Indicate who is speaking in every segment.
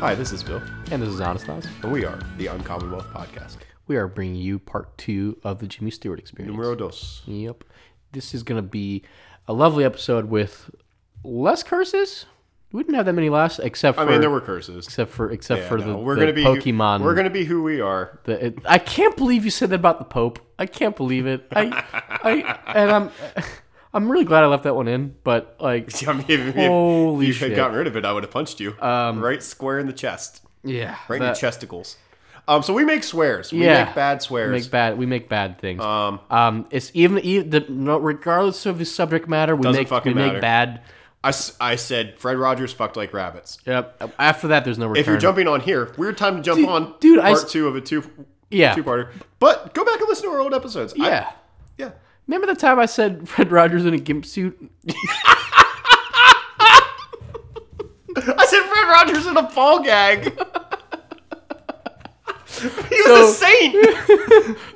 Speaker 1: Hi, this is Bill,
Speaker 2: And this is Honest House.
Speaker 1: and we are the Uncommonwealth Podcast.
Speaker 2: We are bringing you part two of the Jimmy Stewart experience.
Speaker 1: Numero dos.
Speaker 2: Yep. This is going to be a lovely episode with less curses. We didn't have that many last, except for
Speaker 1: I mean, there were curses.
Speaker 2: except for except for
Speaker 1: Yeah,
Speaker 2: the,
Speaker 1: no, we're
Speaker 2: the
Speaker 1: gonna be
Speaker 2: Pokemon.
Speaker 1: We're gonna be who we are.
Speaker 2: the, it- I can't believe you said that about the Pope. I can't believe it. I, I, and I'm, I'm really glad I left that one in. But like,
Speaker 1: I mean, if, if
Speaker 2: Holy
Speaker 1: you
Speaker 2: shit.
Speaker 1: had gotten rid of it, I would have punched you right square in the chest,
Speaker 2: yeah,
Speaker 1: right
Speaker 2: that-
Speaker 1: in your chesticles. Um, so we make swears. We
Speaker 2: Yeah.
Speaker 1: make bad
Speaker 2: we
Speaker 1: swears.
Speaker 2: make bad. We make bad things. Um, it's even, even the, no, regardless of the subject matter, we
Speaker 1: Doesn't
Speaker 2: make we
Speaker 1: fucking matter.
Speaker 2: make bad.
Speaker 1: I, s- I said Fred Rogers fucked like rabbits.
Speaker 2: Yep. After that, there's no return.
Speaker 1: If you're jumping on here, weird time to jump
Speaker 2: Dude-
Speaker 1: on.
Speaker 2: dude, I
Speaker 1: part
Speaker 2: s-
Speaker 1: two of a two
Speaker 2: yeah,
Speaker 1: two parter. But go back and listen to our old episodes. I-
Speaker 2: yeah.
Speaker 1: yeah.
Speaker 2: Remember the time I said Fred Rogers in a gimp suit?
Speaker 1: I said Fred Rogers in a fall gag. he
Speaker 2: So-
Speaker 1: was a saint.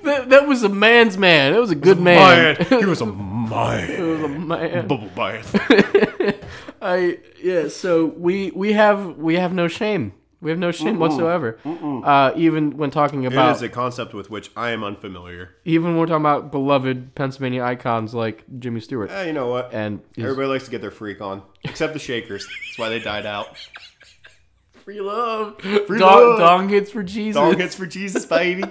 Speaker 2: that, that was a man's man. That was a good man.
Speaker 1: Man, he was a man.
Speaker 2: That was a man.
Speaker 1: Bubble bath.
Speaker 2: I yeah. So we we have we have no shame. We have no shame whatsoever. Uh, even when talking
Speaker 1: It
Speaker 2: about
Speaker 1: is a concept with which I am unfamiliar.
Speaker 2: even when we're talking about beloved Pennsylvania icons like Jimmy Stewart
Speaker 1: Eh, you know what?
Speaker 2: and his
Speaker 1: Everybody likes to get their freak on, except the Shakers. That's why they died out.
Speaker 2: free love,
Speaker 1: Free
Speaker 2: Dong,
Speaker 1: love.
Speaker 2: dong hits for Jesus.
Speaker 1: Song hits for Jesus, baby.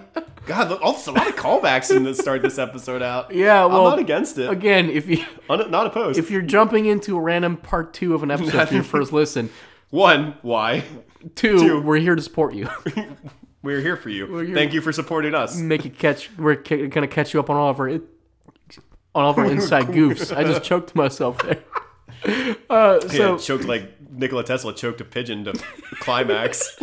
Speaker 1: God, look, also a lot of callbacks in to start this episode out.
Speaker 2: Yeah, well,
Speaker 1: I'm not against it.
Speaker 2: Again, if you
Speaker 1: Un- not opposed.
Speaker 2: if you're jumping into a random part two of an episode for your first listen,
Speaker 1: One, why?
Speaker 2: two,
Speaker 1: Two.
Speaker 2: we're here to support you.
Speaker 1: We're here for you.
Speaker 2: here. Mm,
Speaker 1: Thank you for supporting us.
Speaker 2: Make it catch. We're ca- gonna catch you up on all of our on all of our inside goofs. I just choked myself there. Uh, so
Speaker 1: yeah, choked like Nikola Tesla choked a pigeon to climax.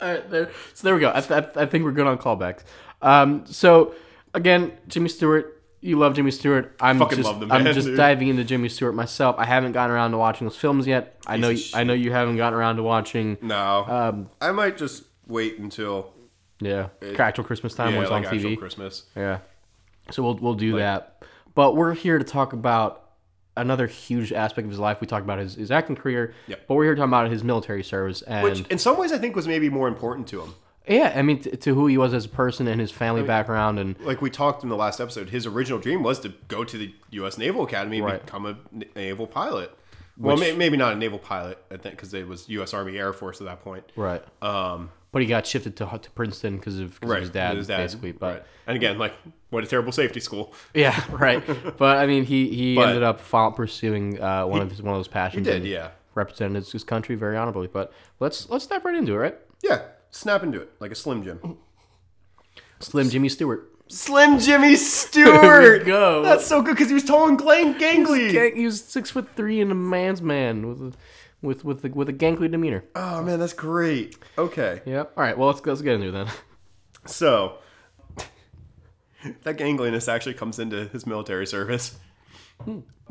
Speaker 2: All right, there. So there we go. I, th- I think we're good on callbacks. Um, so again, Jimmy Stewart. You love Jimmy Stewart. I'm
Speaker 1: Fucking
Speaker 2: just
Speaker 1: love the
Speaker 2: I'm
Speaker 1: man,
Speaker 2: just
Speaker 1: dude.
Speaker 2: diving into Jimmy Stewart myself. I haven't gotten around to watching those films yet. I know
Speaker 1: of
Speaker 2: you, I know you haven't gotten around to watching.
Speaker 1: No, I might just wait until
Speaker 2: Yeah, actual Christmas time
Speaker 1: Uh, yeah,
Speaker 2: when it's
Speaker 1: like
Speaker 2: on
Speaker 1: actual
Speaker 2: TV.
Speaker 1: Christmas.
Speaker 2: Yeah. So we'll we'll do that. But we're here to talk about another huge aspect of his life. We talked about his, his acting career,
Speaker 1: Yep.
Speaker 2: but we're here talking about his military service and
Speaker 1: Which, in some ways, I think was maybe more important to him.
Speaker 2: yeah, I mean t- to who he was as a person and his family background and
Speaker 1: Like we talked in the last episode, his original dream was to go to the U.S. Naval Academy and
Speaker 2: Right.
Speaker 1: become a na- naval pilot. well, may, maybe not a naval pilot, I think, because it was U.S. Army Air Force at that point.
Speaker 2: Right. Um, but he got shifted to to Princeton because of, 'cause of his dad, basically. But
Speaker 1: right. and again, like what a terrible safety school.
Speaker 2: yeah, right. But I mean, he he
Speaker 1: But-
Speaker 2: ended up fol- pursuing uh, one of his one of those passions.
Speaker 1: did,
Speaker 2: and
Speaker 1: yeah.
Speaker 2: Represented his- his country very honorably. But let's let's dive right into it. Right.
Speaker 1: Yeah, snap into it like a Slim Jim.
Speaker 2: Slim Jimmy Stewart.
Speaker 1: Slim Jimmy Stewart.
Speaker 2: go.
Speaker 1: That's so good because he was tall and glang- gangly.
Speaker 2: Gang, he was six foot three and a man's man with a, with with a, with a gangly demeanor.
Speaker 1: oh man, that's great. Okay.
Speaker 2: Yep. All right. Well, let's let's get into it then.
Speaker 1: So that gangliness actually comes into his military service.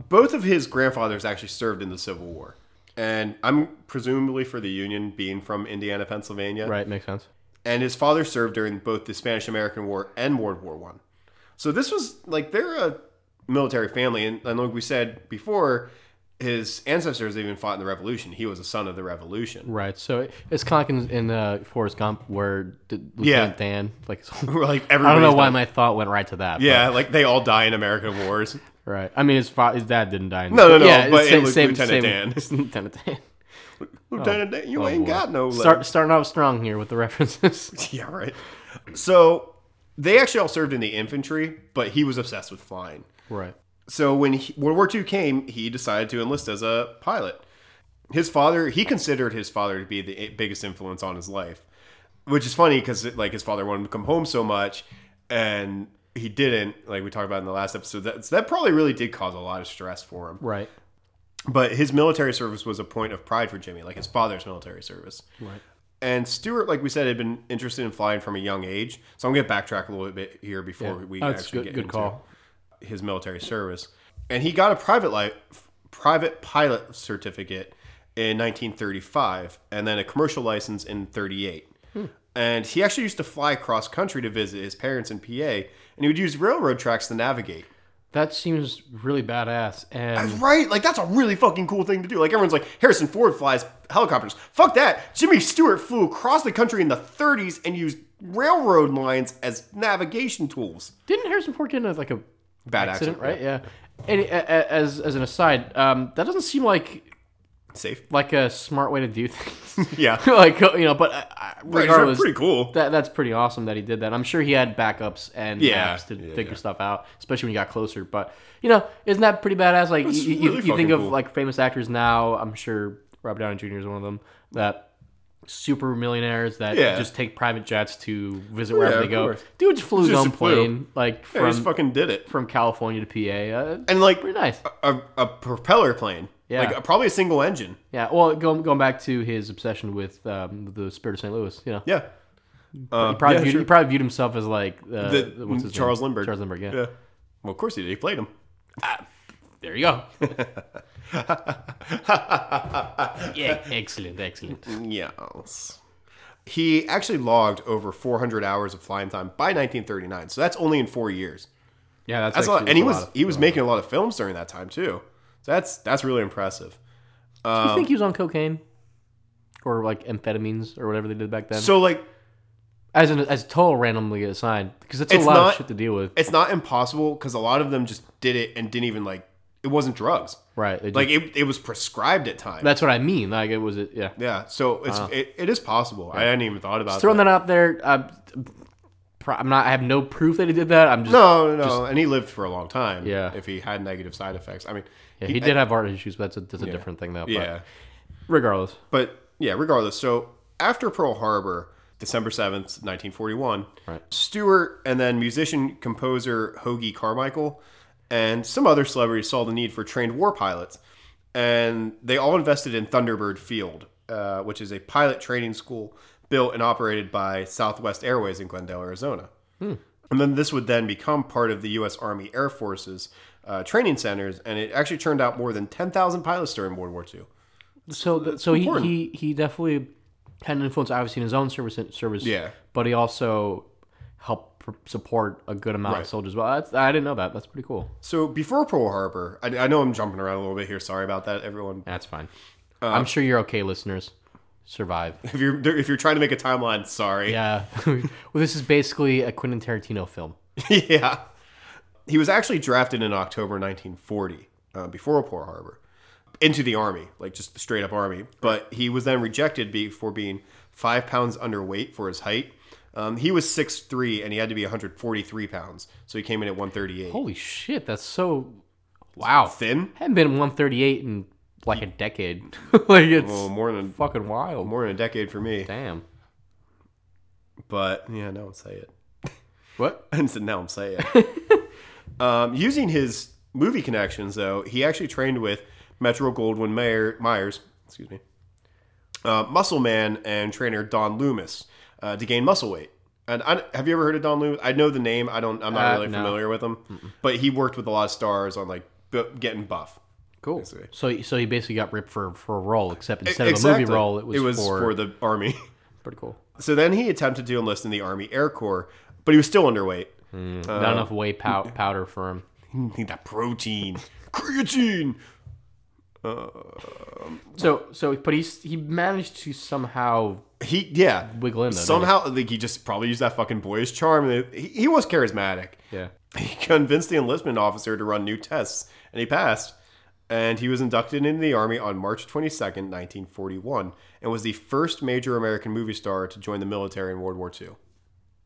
Speaker 1: Both of his grandfathers actually served in the Civil War. And I'm presumably for the Union being from Indiana, Pennsylvania.
Speaker 2: right. Makes sense.
Speaker 1: And his father served during both the Spanish American War and World War One. So this was like they're a military family, and, and like we said before, his ancestors even fought in the Revolution. He was a son of the Revolution.
Speaker 2: Right. So it's kind of like in, in uh, Forrest Gump where the, Lieutenant Dan like. his whole-
Speaker 1: We're like
Speaker 2: I
Speaker 1: everybody.
Speaker 2: don't know why my thought went right to that. but-
Speaker 1: Yeah, like they all die in American wars.
Speaker 2: Right. I mean, his fa- his dad didn't die. In
Speaker 1: No, no, no,
Speaker 2: Yeah,
Speaker 1: but
Speaker 2: same,
Speaker 1: it was
Speaker 2: same,
Speaker 1: Lieutenant
Speaker 2: same, Lieutenant Dan. Oh,
Speaker 1: Lieutenant, Dan, you ain't
Speaker 2: boy.
Speaker 1: got no. leg.
Speaker 2: Start, starting off strong here with the references.
Speaker 1: Yeah, right. So they actually all served in the infantry, but he was obsessed with flying.
Speaker 2: right.
Speaker 1: So when he, World War II came, he decided to enlist as a pilot. His father, he considered his father to be the i- biggest influence on his life, which is funny because like his father wanted him to come home so much, and he didn't. Like we talked about in the last episode, that that probably really did cause a lot of stress for him.
Speaker 2: Right.
Speaker 1: But his military service was a point of pride for Jimmy, like his father's military service. Right. And Stewart, like we said, had been interested in flying from a young age. So I'm going to backtrack a little bit here before we
Speaker 2: That's
Speaker 1: actually
Speaker 2: good-
Speaker 1: get
Speaker 2: good
Speaker 1: into
Speaker 2: call.
Speaker 1: his military service. And he got a private life, private pilot certificate in 1935, and then a commercial license in 38.
Speaker 2: Hmm.
Speaker 1: And he actually used to fly cross country to visit his parents in PA, and he would use railroad tracks to navigate.
Speaker 2: that seems really badass. And
Speaker 1: That's right. Like that's a really fucking cool thing to do. Like everyone's like Harrison Ford flies helicopters. Fuck that. Jimmy Stewart flew across the country in the 30s and used railroad lines as navigation tools.
Speaker 2: didn't Harrison Ford get into like a
Speaker 1: Bad
Speaker 2: accident,
Speaker 1: accident,
Speaker 2: right? Yeah. And a- a- as as an aside, um, that doesn't seem like
Speaker 1: Safe.
Speaker 2: like a smart way to do things.
Speaker 1: Yeah.
Speaker 2: like you know, but I- I,
Speaker 1: Right, these are
Speaker 2: regardless,
Speaker 1: pretty cool.
Speaker 2: that that's pretty awesome that he did that. I'm sure he had backups and
Speaker 1: Yeah.
Speaker 2: apps to figure stuff out, especially when he got closer. But you know, isn't that pretty badass? Like you, you, you
Speaker 1: really
Speaker 2: think
Speaker 1: fucking
Speaker 2: of
Speaker 1: cool.
Speaker 2: like famous actors now. I'm sure Robert Downey Jr. is one of them. That super millionaires that
Speaker 1: Yeah. Oh,
Speaker 2: just take private jets to visit wherever
Speaker 1: Yeah,
Speaker 2: they
Speaker 1: of
Speaker 2: go.
Speaker 1: course.
Speaker 2: Dude just flew his
Speaker 1: Just
Speaker 2: own
Speaker 1: flew.
Speaker 2: plane, like
Speaker 1: Yeah, he
Speaker 2: from
Speaker 1: just fucking did it.
Speaker 2: from California to PA. Uh,
Speaker 1: And like
Speaker 2: pretty nice.
Speaker 1: a, a propeller plane.
Speaker 2: Yeah.
Speaker 1: Like probably a single engine.
Speaker 2: Yeah. Well, going going back to his obsession with um, the spirit of St. Louis, you know.
Speaker 1: Yeah. Uh,
Speaker 2: He probably,
Speaker 1: yeah,
Speaker 2: viewed,
Speaker 1: sure.
Speaker 2: he probably viewed himself as like uh,
Speaker 1: The-
Speaker 2: what's his
Speaker 1: Charles
Speaker 2: name?
Speaker 1: Lindbergh.
Speaker 2: Charles Lindbergh, yeah.
Speaker 1: Yeah. Well, of course he did. He played him.
Speaker 2: There you go. yeah, excellent, excellent.
Speaker 1: Yes. He actually logged over 400 hours of flying time by 1939. So that's only in four years.
Speaker 2: Yeah, that's,
Speaker 1: That's a
Speaker 2: actually-
Speaker 1: lot. And he
Speaker 2: a
Speaker 1: was
Speaker 2: lot of-
Speaker 1: he was making a lot of films during that time too. So that's that's really impressive.
Speaker 2: Do
Speaker 1: um,
Speaker 2: you think he was on cocaine or like amphetamines or whatever they did back then?
Speaker 1: So like,
Speaker 2: as an as total randomly assigned because it's,
Speaker 1: It's
Speaker 2: a lot
Speaker 1: not-
Speaker 2: of shit to deal with,
Speaker 1: it's not impossible because a lot of them just did it and didn't even like it wasn't drugs.
Speaker 2: right? They just-
Speaker 1: Like it, it was prescribed at times.
Speaker 2: that's what I mean. Like it was, yeah.
Speaker 1: yeah. So
Speaker 2: Uh-huh.
Speaker 1: it's it, it is possible. I hadn't even thought about
Speaker 2: Throwing
Speaker 1: that.
Speaker 2: that out there, I'm, I'm not. I have no proof that he did that. I'm just
Speaker 1: No, no, and he lived for a long time.
Speaker 2: Yeah.
Speaker 1: If he had negative side effects, I mean,
Speaker 2: Yeah, he did have art issues, but that's a, that's a different thing, though. But
Speaker 1: yeah.
Speaker 2: Regardless.
Speaker 1: But yeah, regardless. So after Pearl Harbor, December 7th, 1941,
Speaker 2: Right.
Speaker 1: Stewart and then musician composer Hoagy Carmichael and some other celebrities saw the need for trained war pilots. And they all invested in Thunderbird Field, uh, which is a pilot training school built and operated by Southwest Airways in Glendale, Arizona. And then this would then become part of the U.S. Army Air Force's uh, training centers. And it actually turned out more than 10,000 pilots during World War II.
Speaker 2: So, th- so he,
Speaker 1: important.
Speaker 2: he he definitely had an influence, obviously, in his own service service.
Speaker 1: Yeah.
Speaker 2: But he also helped pr- support a good amount of
Speaker 1: Right.
Speaker 2: soldiers. Well, that's, I didn't know that. That's pretty cool.
Speaker 1: So before Pearl Harbor, I, I know I'm jumping around a little bit here. Sorry about that, everyone.
Speaker 2: That's fine. Uh, I'm sure you're okay, listeners. Survive.
Speaker 1: If you're if you're trying to make a timeline, sorry.
Speaker 2: Yeah. well, this is basically a Quentin Tarantino film.
Speaker 1: Yeah. He was actually drafted in October 1940, uh, before Pearl Harbor, into the army, like just the straight up army. But he was then rejected be- for being five pounds underweight for his height. Um, he was 6'3", and he had to be 143 pounds, so he came in at 138.
Speaker 2: Holy shit, that's so. Wow.
Speaker 1: Thin?
Speaker 2: Hadn't been 138 in like a decade. like it's
Speaker 1: Well, Oh, more than
Speaker 2: fucking wild.
Speaker 1: more than a decade for me.
Speaker 2: Damn.
Speaker 1: But yeah, no, I'll say it.
Speaker 2: What?
Speaker 1: And so now I'm saying. um, using his movie connections, though, he actually trained with Metro Goldwyn Mayer, Myers, excuse me, uh, Muscle Man, and trainer Don Loomis uh, to gain muscle weight. And I, have you ever heard of Don Loomis? I know the name. I don't. I'm not
Speaker 2: Uh,
Speaker 1: really
Speaker 2: no.
Speaker 1: familiar with him, but he worked with a lot of stars on like bu- getting buff.
Speaker 2: Cool. So, so he basically got ripped for, for a role, except instead of a
Speaker 1: Exactly.
Speaker 2: movie role, it was, for,
Speaker 1: the army.
Speaker 2: pretty cool.
Speaker 1: so then he attempted to enlist in the Army Air Corps, but he was still underweight. Uh,
Speaker 2: Not enough whey pow- powder for him.
Speaker 1: Need that protein, creatine.
Speaker 2: So, so, but he's he managed to somehow
Speaker 1: He yeah.
Speaker 2: wiggle in though. didn't
Speaker 1: Somehow, like he just probably used that fucking boyish charm. and He, he was charismatic.
Speaker 2: he? yeah.
Speaker 1: He convinced the enlistment officer to run new tests, and he passed. And he was inducted into the army on March twenty second, nineteen forty one, and was the first major American movie star to join the military in World War II.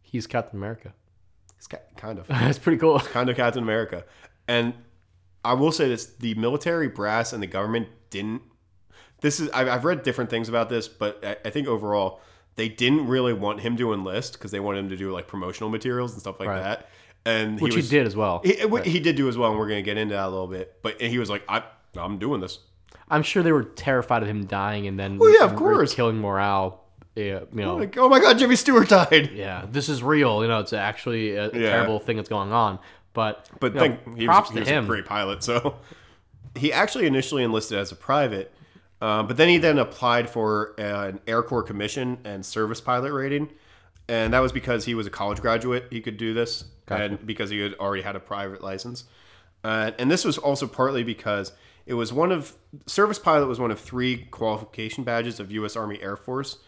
Speaker 2: He's Captain America.
Speaker 1: He's ki- kind of,
Speaker 2: That's pretty cool.
Speaker 1: kind of Captain America. And I will say this: the military brass and the government didn't. This is I've, I've read different things about this, but I, I think overall they didn't really want him to enlist because they wanted him to do like promotional materials and stuff like
Speaker 2: Right.
Speaker 1: that. And
Speaker 2: Which
Speaker 1: he
Speaker 2: he,
Speaker 1: was,
Speaker 2: did as well.
Speaker 1: He, w- he did do as well, and we're gonna get into that a little bit. But he was like, I, I'm doing this.
Speaker 2: I'm sure they were terrified of him dying and then
Speaker 1: Oh, yeah, of
Speaker 2: re-
Speaker 1: course.
Speaker 2: killing morale. Yeah, you know.
Speaker 1: Like, oh my God, Jimmy Stewart died.
Speaker 2: yeah, this is real. You know, it's actually a, a
Speaker 1: Yeah.
Speaker 2: terrible thing that's going on. But
Speaker 1: But
Speaker 2: you know,
Speaker 1: thank, he
Speaker 2: props
Speaker 1: was, he was
Speaker 2: to him.
Speaker 1: a great pilot. So he actually initially enlisted as a private, um, but then he then applied for uh, an Air Corps commission and service pilot rating, and that was because he was a college graduate. He could do this, and because he had already had a private license. Uh, and this was also partly because it was one of service pilot was one of three qualification badges of U.S. Army Air Force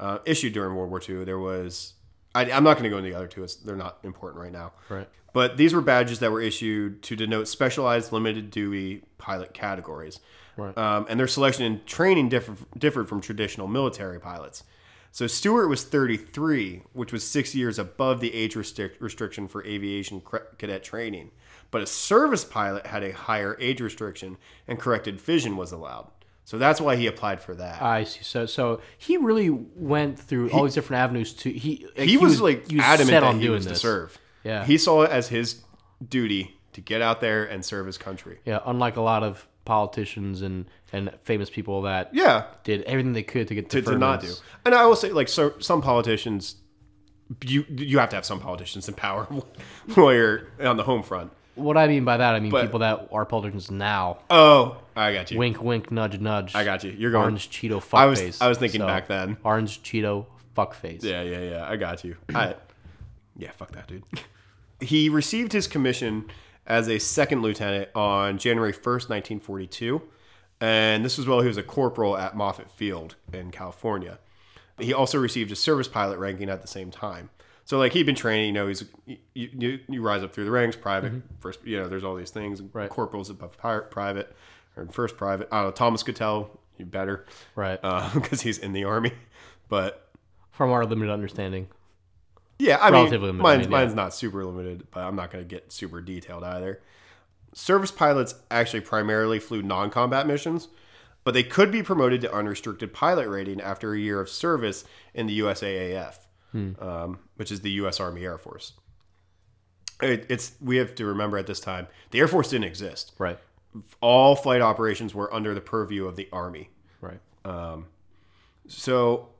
Speaker 1: uh, issued during World War II. There was I, I'm not going to go into the other two; it's, they're not important right now.
Speaker 2: Right.
Speaker 1: But these were badges that were issued to denote specialized limited duty pilot categories.
Speaker 2: Right.
Speaker 1: Um, and their selection and training differ, differed from traditional military pilots. So Stewart was 33, which was six years above the age restric- restriction for aviation cre- cadet training. But a service pilot had a higher age restriction, and corrected vision was allowed. So that's why he applied for that.
Speaker 2: I see. So, so he really went through all these different avenues to he.
Speaker 1: he, was, like
Speaker 2: he was
Speaker 1: adamant
Speaker 2: set
Speaker 1: that
Speaker 2: on
Speaker 1: he
Speaker 2: doing
Speaker 1: was
Speaker 2: this.
Speaker 1: to serve.
Speaker 2: Yeah.
Speaker 1: he saw it as his duty to get out there and serve his country.
Speaker 2: Yeah, unlike a lot of politicians and and famous people that
Speaker 1: Yeah,
Speaker 2: did everything they could to get
Speaker 1: to, to not do.
Speaker 2: deferments.
Speaker 1: And I will say, like, so some politicians, you you have to have some politicians in power while you're on the home front.
Speaker 2: What I mean by that, I mean people that are politicians now.
Speaker 1: Oh, I got you.
Speaker 2: Wink, wink, nudge, nudge.
Speaker 1: I got you. You're going.
Speaker 2: orange Cheeto fuckface.
Speaker 1: I was I was thinking
Speaker 2: So,
Speaker 1: back then.
Speaker 2: Orange Cheeto fuckface.
Speaker 1: Yeah, yeah, yeah. I got you. I, yeah, fuck that dude. He received his commission as a second lieutenant on January 1st, 1942. And this was while he was a corporal at Moffett Field in California. He also received a service pilot ranking at the same time. So, like, he'd been training, you know, he's, you, you, you rise up through the ranks, private, first, you know, there's all these things.
Speaker 2: Mm-hmm. Right.
Speaker 1: Corporals above pri- private, or first private. I don't know, Thomas could tell you better
Speaker 2: Right.
Speaker 1: Uh. because he's in the army. But
Speaker 2: From our limited understanding.
Speaker 1: yeah, I
Speaker 2: Relatively
Speaker 1: mean,
Speaker 2: limited,
Speaker 1: mine's,
Speaker 2: yeah.
Speaker 1: mine's not super limited, but I'm not going to get super detailed either. Service pilots actually primarily flew non combat missions, but they could be promoted to unrestricted pilot rating after a year of service in the USAAF,
Speaker 2: Hmm.
Speaker 1: um, which is the U.S. Army Air Force. It, it's we have to remember at this time the Air Force didn't exist.
Speaker 2: Right.
Speaker 1: All flight operations were under the purview of the Army.
Speaker 2: Right.
Speaker 1: So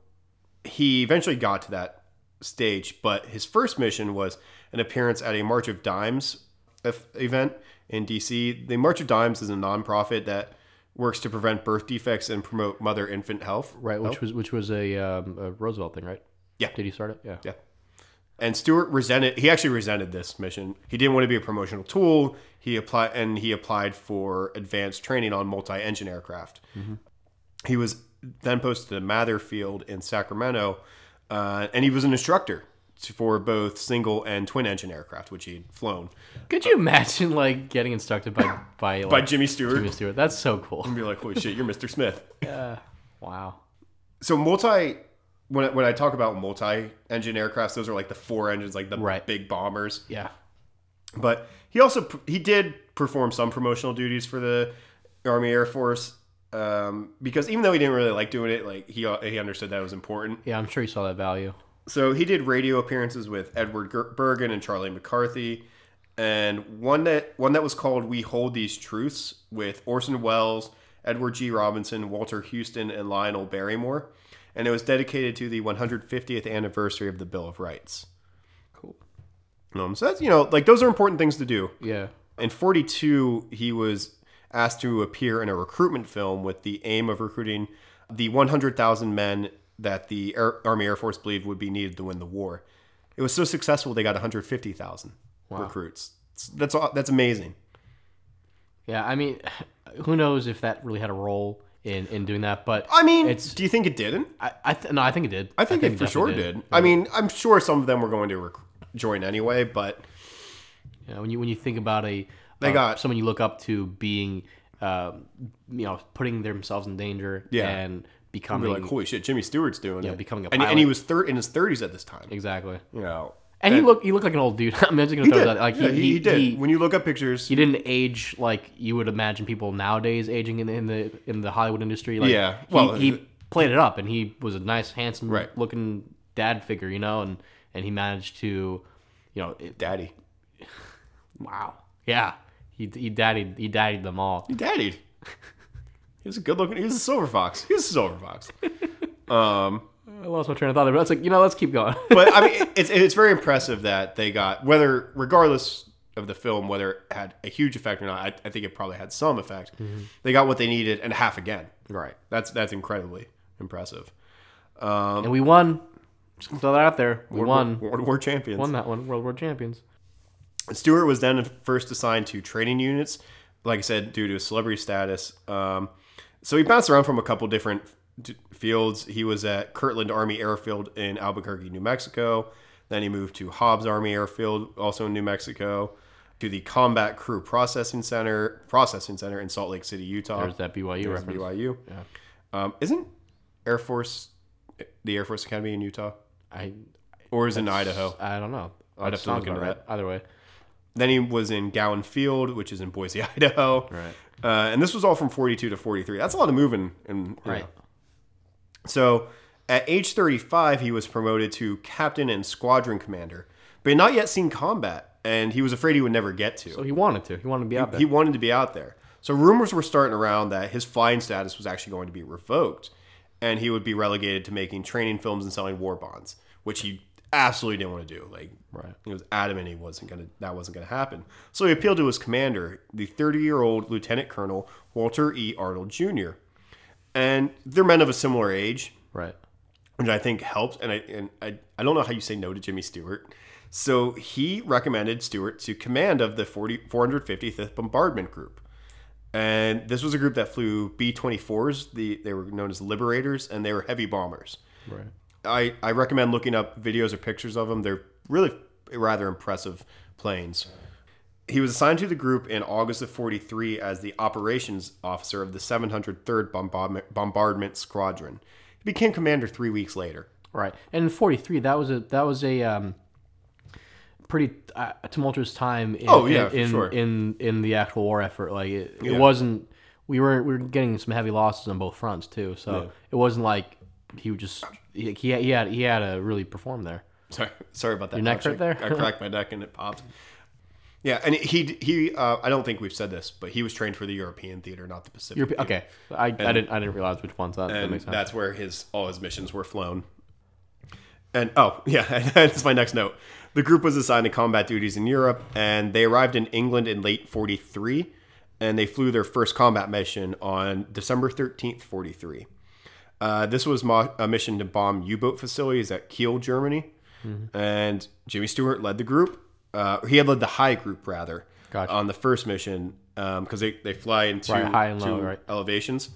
Speaker 1: he eventually got to that stage, but his first mission was an appearance at a March of Dimes ef- event in DC. The March of Dimes is a nonprofit that works to prevent birth defects and promote mother infant health.
Speaker 2: Right. Which was which was a, um, a Roosevelt thing, right?
Speaker 1: Oh. Yeah.
Speaker 2: Did he start it? Yeah.
Speaker 1: Yeah. And Stewart resented. He actually resented this mission. He didn't want to be a promotional tool. He applied and he applied for advanced training on multi-engine aircraft. He was then posted to Mather Field in Sacramento, uh, and he was an instructor for both single and twin-engine aircraft, which he'd flown
Speaker 2: Could you imagine like getting instructed by by, like,
Speaker 1: by Jimmy Stewart.
Speaker 2: Jimmy Stewart? That's so cool.
Speaker 1: And be like, "Holy shit, you're Mr. Smith."
Speaker 2: Wow.
Speaker 1: so multi when I, when I talk about multi-engine aircrafts, those are like the four engines, like the
Speaker 2: Right.
Speaker 1: big bombers.
Speaker 2: Yeah.
Speaker 1: but he also he did perform some promotional duties for the Army Air Force um, because even though he didn't really like doing it, like he he understood that it was important.
Speaker 2: Yeah, I'm sure you saw that value.
Speaker 1: So he did radio appearances with Edward Ger- Bergen and Charlie McCarthy, and one that one that was called "We Hold These Truths" with Orson Welles, Edward G. Robinson, Walter Houston, and Lionel Barrymore, and it was dedicated to the 150th anniversary of the Bill of Rights.
Speaker 2: Cool.
Speaker 1: Um, so that's you know like those are important things to do.
Speaker 2: Yeah.
Speaker 1: In 42, he was asked to appear in a recruitment film with the aim of recruiting the 100,000 men that the Air, Army Air Force believed would be needed to win the war. It was so successful they got 150,000 recruits. That's aw- that's amazing.
Speaker 2: Yeah. I mean, who knows if that really had a role in in doing that? But
Speaker 1: I mean,
Speaker 2: It's-
Speaker 1: do you think it didn't?
Speaker 2: I, I th- no, I think it did.
Speaker 1: I think, it for sure
Speaker 2: definitely
Speaker 1: did. I mean, I'm sure some of them were going to rec- join anyway, but
Speaker 2: You know, when you when you think about a they
Speaker 1: got-
Speaker 2: someone you look up to being, um, you know, putting themselves in danger
Speaker 1: Yeah.
Speaker 2: and
Speaker 1: you're
Speaker 2: becoming
Speaker 1: like, holy shit, Jimmy Stewart's doing it.
Speaker 2: becoming a
Speaker 1: and, and he
Speaker 2: pilot.
Speaker 1: was thir- in his 30s at this time.
Speaker 2: exactly.
Speaker 1: You know,
Speaker 2: And he looked he looked like an old dude. I'm just gonna throw
Speaker 1: did.
Speaker 2: that like
Speaker 1: Yeah, he, he did. when you look up pictures,
Speaker 2: he didn't age like you would imagine people nowadays aging in the in the, in the Hollywood industry. Like,
Speaker 1: Yeah,
Speaker 2: he-
Speaker 1: well,
Speaker 2: he,
Speaker 1: uh,
Speaker 2: played it up, and he was a nice, handsome,
Speaker 1: Right.
Speaker 2: looking dad figure, you know, and and he managed to, you know, it,
Speaker 1: daddy,
Speaker 2: wow, yeah, he he daddied he daddied them all.
Speaker 1: He daddied. He was a good looking. He was a silver fox. He was a silver fox.
Speaker 2: I lost my train of thought there, but it's like you know, let's keep going.
Speaker 1: But I mean, it's it's very impressive that they got whether regardless of the film whether it had a huge effect or not. I, I think it probably had some effect. They got what they needed and half again.
Speaker 2: Mm-hmm. right,
Speaker 1: That's that's incredibly impressive. Um,
Speaker 2: and we won. Just gonna throw that out there. We won,
Speaker 1: World War champions.
Speaker 2: won that one. World War champions.
Speaker 1: Stewart was then first assigned to training units, like I said, due to his celebrity status. Um, so he bounced around from a couple different d- fields. He was at Kirtland Army Airfield in Albuquerque, New Mexico. Then he moved to Hobbs Army Airfield, also in New Mexico, to the Combat Crew Processing Center, Processing Center in Salt Lake City, Utah.
Speaker 2: There's that BYU
Speaker 1: There's
Speaker 2: reference.
Speaker 1: BYU.
Speaker 2: Yeah.
Speaker 1: Um, isn't Air Force the Air Force Academy in Utah,
Speaker 2: I
Speaker 1: or is it in Idaho?
Speaker 2: I don't know.
Speaker 1: I'd have to
Speaker 2: Sounds
Speaker 1: look into
Speaker 2: about right. Either way,
Speaker 1: Then he was in Gowan Field, which is in Boise, Idaho.
Speaker 2: Right.
Speaker 1: Uh, and this was all from 42 to 43. That's a lot of moving. And, So at age 35, he was promoted to captain and squadron commander, but had not yet seen combat. And he was afraid he would never get to.
Speaker 2: So he wanted to. He wanted to be out there.
Speaker 1: He wanted to be out there. So rumors were starting around that his flying status was actually going to be revoked and he would be relegated to making training films and selling war bonds, which he absolutely didn't want to do. Like
Speaker 2: Right.
Speaker 1: he was adamant he wasn't gonna that wasn't gonna happen. So he appealed to his commander, the thirty year old Lieutenant Colonel Walter E. Arnold Jr. And they're men of a similar age,
Speaker 2: right.
Speaker 1: which I think helped. And I and I, I don't know how you say no to Jimmy Stewart. So he recommended Stewart to command of the 40, 455th Bombardment Group. And this was a group that flew B 24s. The, they were known as Liberators, and they were heavy bombers.
Speaker 2: Right.
Speaker 1: I, I recommend looking up videos or pictures of them. They're really rather impressive planes. He was assigned to the group in August of 43 as the operations officer of the 703rd Bombardment, Bombardment Squadron. He became commander three weeks later.
Speaker 2: Right. And in '43, that was a that was a um, pretty uh, tumultuous time. In,
Speaker 1: Oh, yeah,
Speaker 2: in,
Speaker 1: for
Speaker 2: in,
Speaker 1: sure.
Speaker 2: in in the actual war effort. Like it,
Speaker 1: Yeah.
Speaker 2: it wasn't. We were we were getting some heavy losses on both fronts too. So it wasn't like he would just he he had he had, he had to really perform there.
Speaker 1: Sorry, sorry about that.
Speaker 2: Your neck
Speaker 1: pops. I-
Speaker 2: hurt there?
Speaker 1: I cracked my neck and it popped. Yeah, and he he. Uh, I don't think we've said this, but he was trained for the European theater, not the Pacific.
Speaker 2: Europe- Okay, I, I didn't I didn't realize which ones that, that
Speaker 1: and
Speaker 2: makes sense.
Speaker 1: that's where his all his missions were flown. And oh yeah, that's my next note. The group was assigned to combat duties in Europe, and they arrived in England in late '43, and they flew their first combat mission on December 13th, '43. Uh, this was mo- a mission to bomb U-boat facilities at Kiel, Germany,
Speaker 2: Mm-hmm.
Speaker 1: and Jimmy Stewart led the group. Uh, he had led the high group rather
Speaker 2: Gotcha.
Speaker 1: on the first mission because they, they fly into
Speaker 2: Right, high and
Speaker 1: to
Speaker 2: low, right.
Speaker 1: elevations.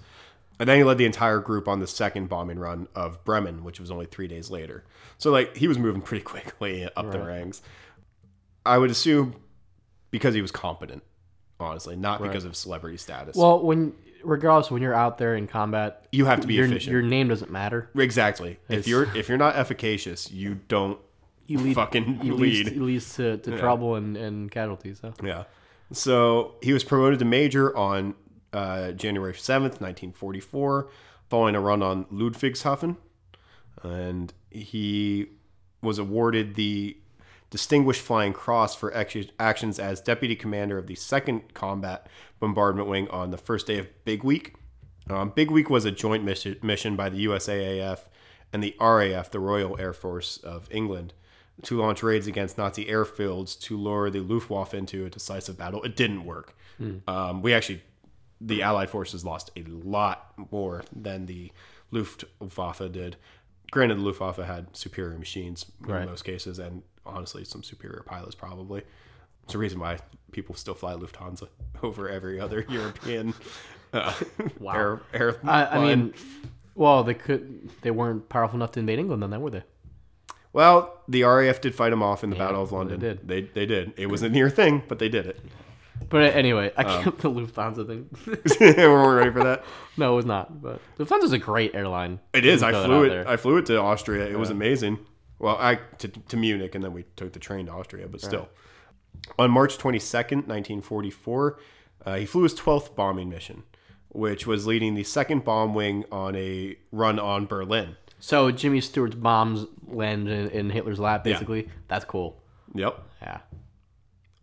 Speaker 1: And then he led the entire group on the second bombing run of Bremen, which was only three days later. So, like, he was moving pretty quickly up the ranks. I would assume because he was competent, honestly, not because of celebrity status.
Speaker 2: Well, when regardless when you're out there in combat,
Speaker 1: you have to be
Speaker 2: your,
Speaker 1: efficient.
Speaker 2: your name doesn't matter.
Speaker 1: exactly. If
Speaker 2: It's-
Speaker 1: you're if you're not efficacious, you don't
Speaker 2: You lead
Speaker 1: fucking
Speaker 2: you
Speaker 1: lead.
Speaker 2: leads, it leads to, to trouble and, and casualties. So.
Speaker 1: Yeah. So he was promoted to major on uh, January 7th, 1944, following a run on Ludwigshafen. And he was awarded the Distinguished Flying Cross for act- actions as deputy commander of the 2nd Combat Bombardment Wing on the first day of Big Week. Um, Big Week was a joint mission, mission by the USAAF and the RAF, the Royal Air Force of England, to launch raids against Nazi airfields to lure the Luftwaffe into a decisive battle. It didn't work. Um, we actually, the Allied forces lost a lot more than the Luftwaffe did. Granted, the Luftwaffe had superior machines in
Speaker 2: Right.
Speaker 1: most cases, and honestly, some superior pilots probably. It's a reason why people still fly Lufthansa over every other European uh, air, air
Speaker 2: I, I
Speaker 1: line.
Speaker 2: mean, well, they could. They weren't powerful enough to invade England then, then were they?
Speaker 1: Well, the RAF did fight them off in the Battle of
Speaker 2: well, they
Speaker 1: London.
Speaker 2: did.
Speaker 1: They, they did. It was a near thing, but they did it.
Speaker 2: But anyway, I
Speaker 1: Um,
Speaker 2: can't the Lufthansa thing.
Speaker 1: Were we ready for that?
Speaker 2: no, it was not. But Lufthansa's a great airline.
Speaker 1: It is. I
Speaker 2: Throw that
Speaker 1: flew
Speaker 2: out
Speaker 1: it.
Speaker 2: there.
Speaker 1: I flew it to Austria. It was amazing. Well, I to, to Munich, and then we took the train to Austria. But still, on March twenty second, nineteen forty four, uh, he flew his twelfth bombing mission, which was leading the second bomb wing on a run on Berlin.
Speaker 2: So Jimmy Stewart's bombs land in, in Hitler's lap, basically. That's cool.
Speaker 1: Yep.
Speaker 2: Yeah.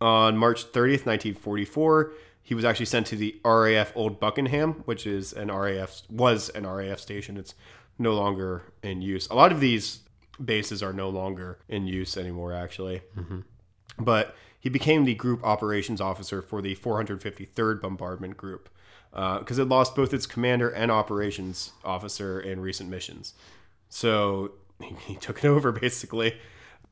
Speaker 1: On March 30th, 1944, he was actually sent to the RAF Old Buckingham, which is an RAF was an RAF station. It's no longer in use. A lot of these bases are no longer in use anymore, actually. But he became the group operations officer for the 453rd Bombardment Group because it lost both its commander and operations officer in recent missions. So he, he took it over basically,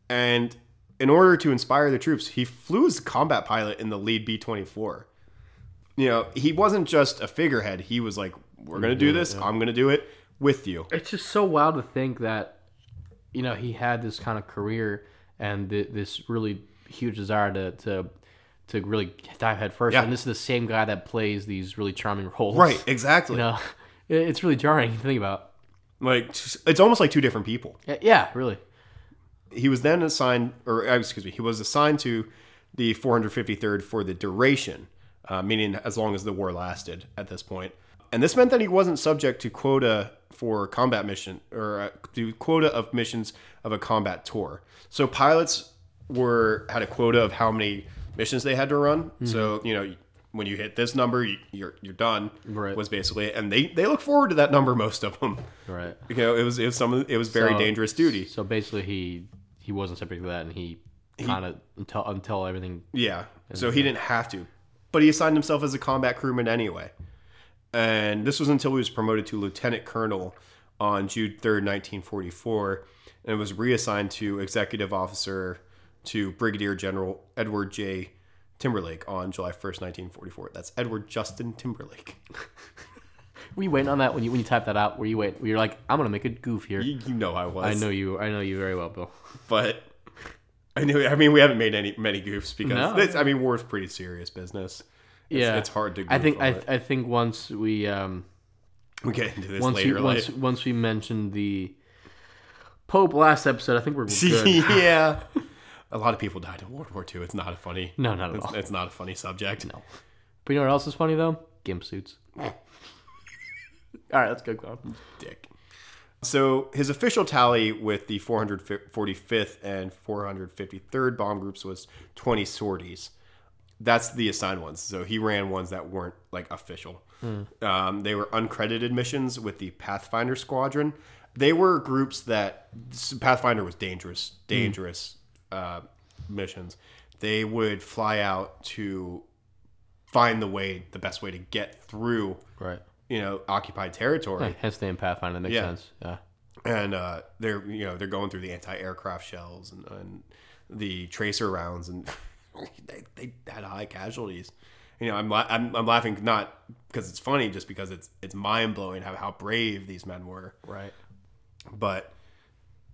Speaker 1: and In order to inspire the troops, he flew as a combat pilot in the lead B 24. You know, he wasn't just a figurehead. He was like, we're going to do this. I'm going to do it with you.
Speaker 2: It's just so wild to think that, you know, he had this kind of career and th- this really huge desire to to to really dive head first.
Speaker 1: Yeah.
Speaker 2: And this is the same guy that plays these really charming roles,
Speaker 1: Right, exactly.
Speaker 2: You know, It- it's really jarring to think about.
Speaker 1: Like, t- it's almost like two different people.
Speaker 2: Yeah, yeah, really.
Speaker 1: he was then assigned, or uh, excuse me, he was assigned to the 453rd for the duration, uh, meaning as long as the war lasted at this point. And this meant that he wasn't subject to quota for combat mission or uh, to quota of missions of a combat tour. So pilots were had a quota of how many missions they had to run.
Speaker 2: Mm-hmm.
Speaker 1: So you know when you hit this number, you, you're you're done.
Speaker 2: Right.
Speaker 1: Was basically, and they they look forward to that number most of them.
Speaker 2: Right.
Speaker 1: You know, it was it was some of- it was very
Speaker 2: So-
Speaker 1: dangerous duty.
Speaker 2: So basically, he he wasn't subject to that, and he kind of until until everything.
Speaker 1: Yeah. So he didn't have to, but he assigned himself as a combat crewman anyway. And this was until he was promoted to lieutenant colonel on June 3rd, 1944, and was reassigned to executive officer to Brigadier General Edward J. Timberlake on July 1st, 1944. That's Edward Justin Timberlake.
Speaker 2: Were you waiting on that when you when you typed that out? Were you wait? You're like, I'm gonna make a goof here.
Speaker 1: You, you know I was.
Speaker 2: I know you. I know you very well, Bill.
Speaker 1: But I knew I mean we haven't made any many goofs because
Speaker 2: No.
Speaker 1: this, I mean war's pretty serious business. It's,
Speaker 2: Yeah.
Speaker 1: It's hard to goof
Speaker 2: I think
Speaker 1: on
Speaker 2: I,
Speaker 1: it.
Speaker 2: I think once we um
Speaker 1: we get into this
Speaker 2: once
Speaker 1: later.
Speaker 2: we
Speaker 1: like-
Speaker 2: once, once we mentioned the Pope last episode, I think we're good.
Speaker 1: yeah. A lot of people died in World War II. It's not a funny.
Speaker 2: no, not at
Speaker 1: It's,
Speaker 2: all.
Speaker 1: it's not a funny subject. No.
Speaker 2: But you know what else is funny though? Gimp suits. all right, let's go. go on.
Speaker 1: Dick. So his official tally with the 445th and 453rd bomb groups was 20 sorties. That's the assigned ones. So he ran ones that weren't like official. Um, they were uncredited missions with the Pathfinder squadron. They were groups that Pathfinder was dangerous, dangerous uh, missions. They would fly out to find the way, the best way to get through,
Speaker 2: Right.
Speaker 1: you know, occupied territory
Speaker 2: Hey, hence the name Pathfinder. That makes
Speaker 1: Yeah.
Speaker 2: sense. Yeah.
Speaker 1: and uh, they're you know they're going through the anti-aircraft shells and, and the tracer rounds and they, they had high casualties you know i'm, la- I'm, I'm laughing not because it's funny just because it's it's mind-blowing how, how brave these men were
Speaker 2: Right.
Speaker 1: but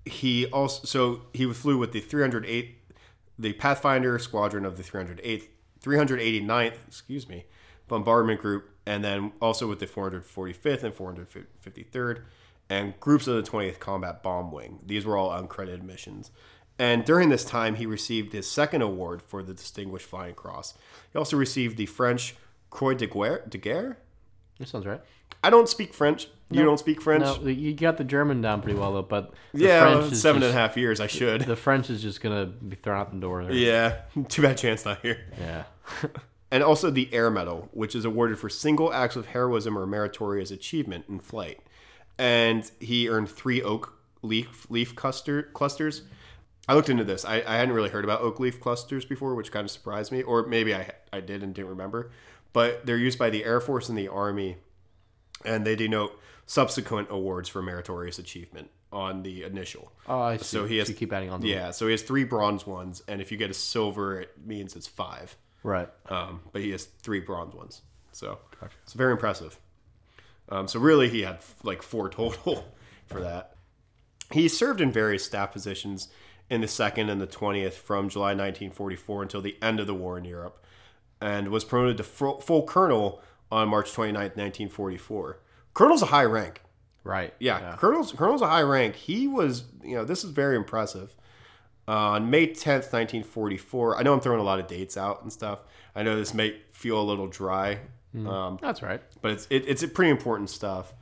Speaker 1: he also so he flew with the 308 the Pathfinder squadron of the 308th 389th excuse me bombardment group and then also with the 445th and 453rd and groups of the 20th combat bomb wing these were all uncredited missions and during this time he received his second award for the distinguished flying cross he also received the french croix de guerre, de guerre?
Speaker 2: That sounds right.
Speaker 1: i don't speak french you don't speak french
Speaker 2: No, you got the German down pretty well though, but the
Speaker 1: yeah
Speaker 2: French is
Speaker 1: seven and a half
Speaker 2: just-
Speaker 1: years i should
Speaker 2: The French is just gonna be thrown out the door. There.
Speaker 1: Yeah, too bad Chance not here.
Speaker 2: Yeah.
Speaker 1: And also the Air Medal, which is awarded for single acts of heroism or meritorious achievement in flight. And he earned three oak leaf leaf cluster, clusters. I looked into this. I, I hadn't really heard about oak leaf clusters before, which kind of surprised me, or maybe I I did and didn't remember. But they're used by the Air Force and the Army, and they denote subsequent awards for meritorious achievement on the initial.
Speaker 2: Oh, I see.
Speaker 1: So he has-
Speaker 2: you keep adding on. To
Speaker 1: Yeah, so he has three bronze ones, and if you get a silver, it means it's five.
Speaker 2: Right.
Speaker 1: Um, but he has three bronze ones, so it's very impressive. Um, so really, he had like four total for that. He served in various staff positions in the second and the twentieth from July 1944 until the end of the war in Europe, and was promoted to full, full colonel on March 29th, 1944. Colonel's a high rank.
Speaker 2: Right.
Speaker 1: Yeah, Colonel's Colonel's a high rank. He was, you know, this is very impressive. Uh, on May 10th, 1944, I know I'm throwing a lot of dates out and stuff. I know this may feel a little dry, um,
Speaker 2: That's right.
Speaker 1: but it's it, it's pretty important stuff.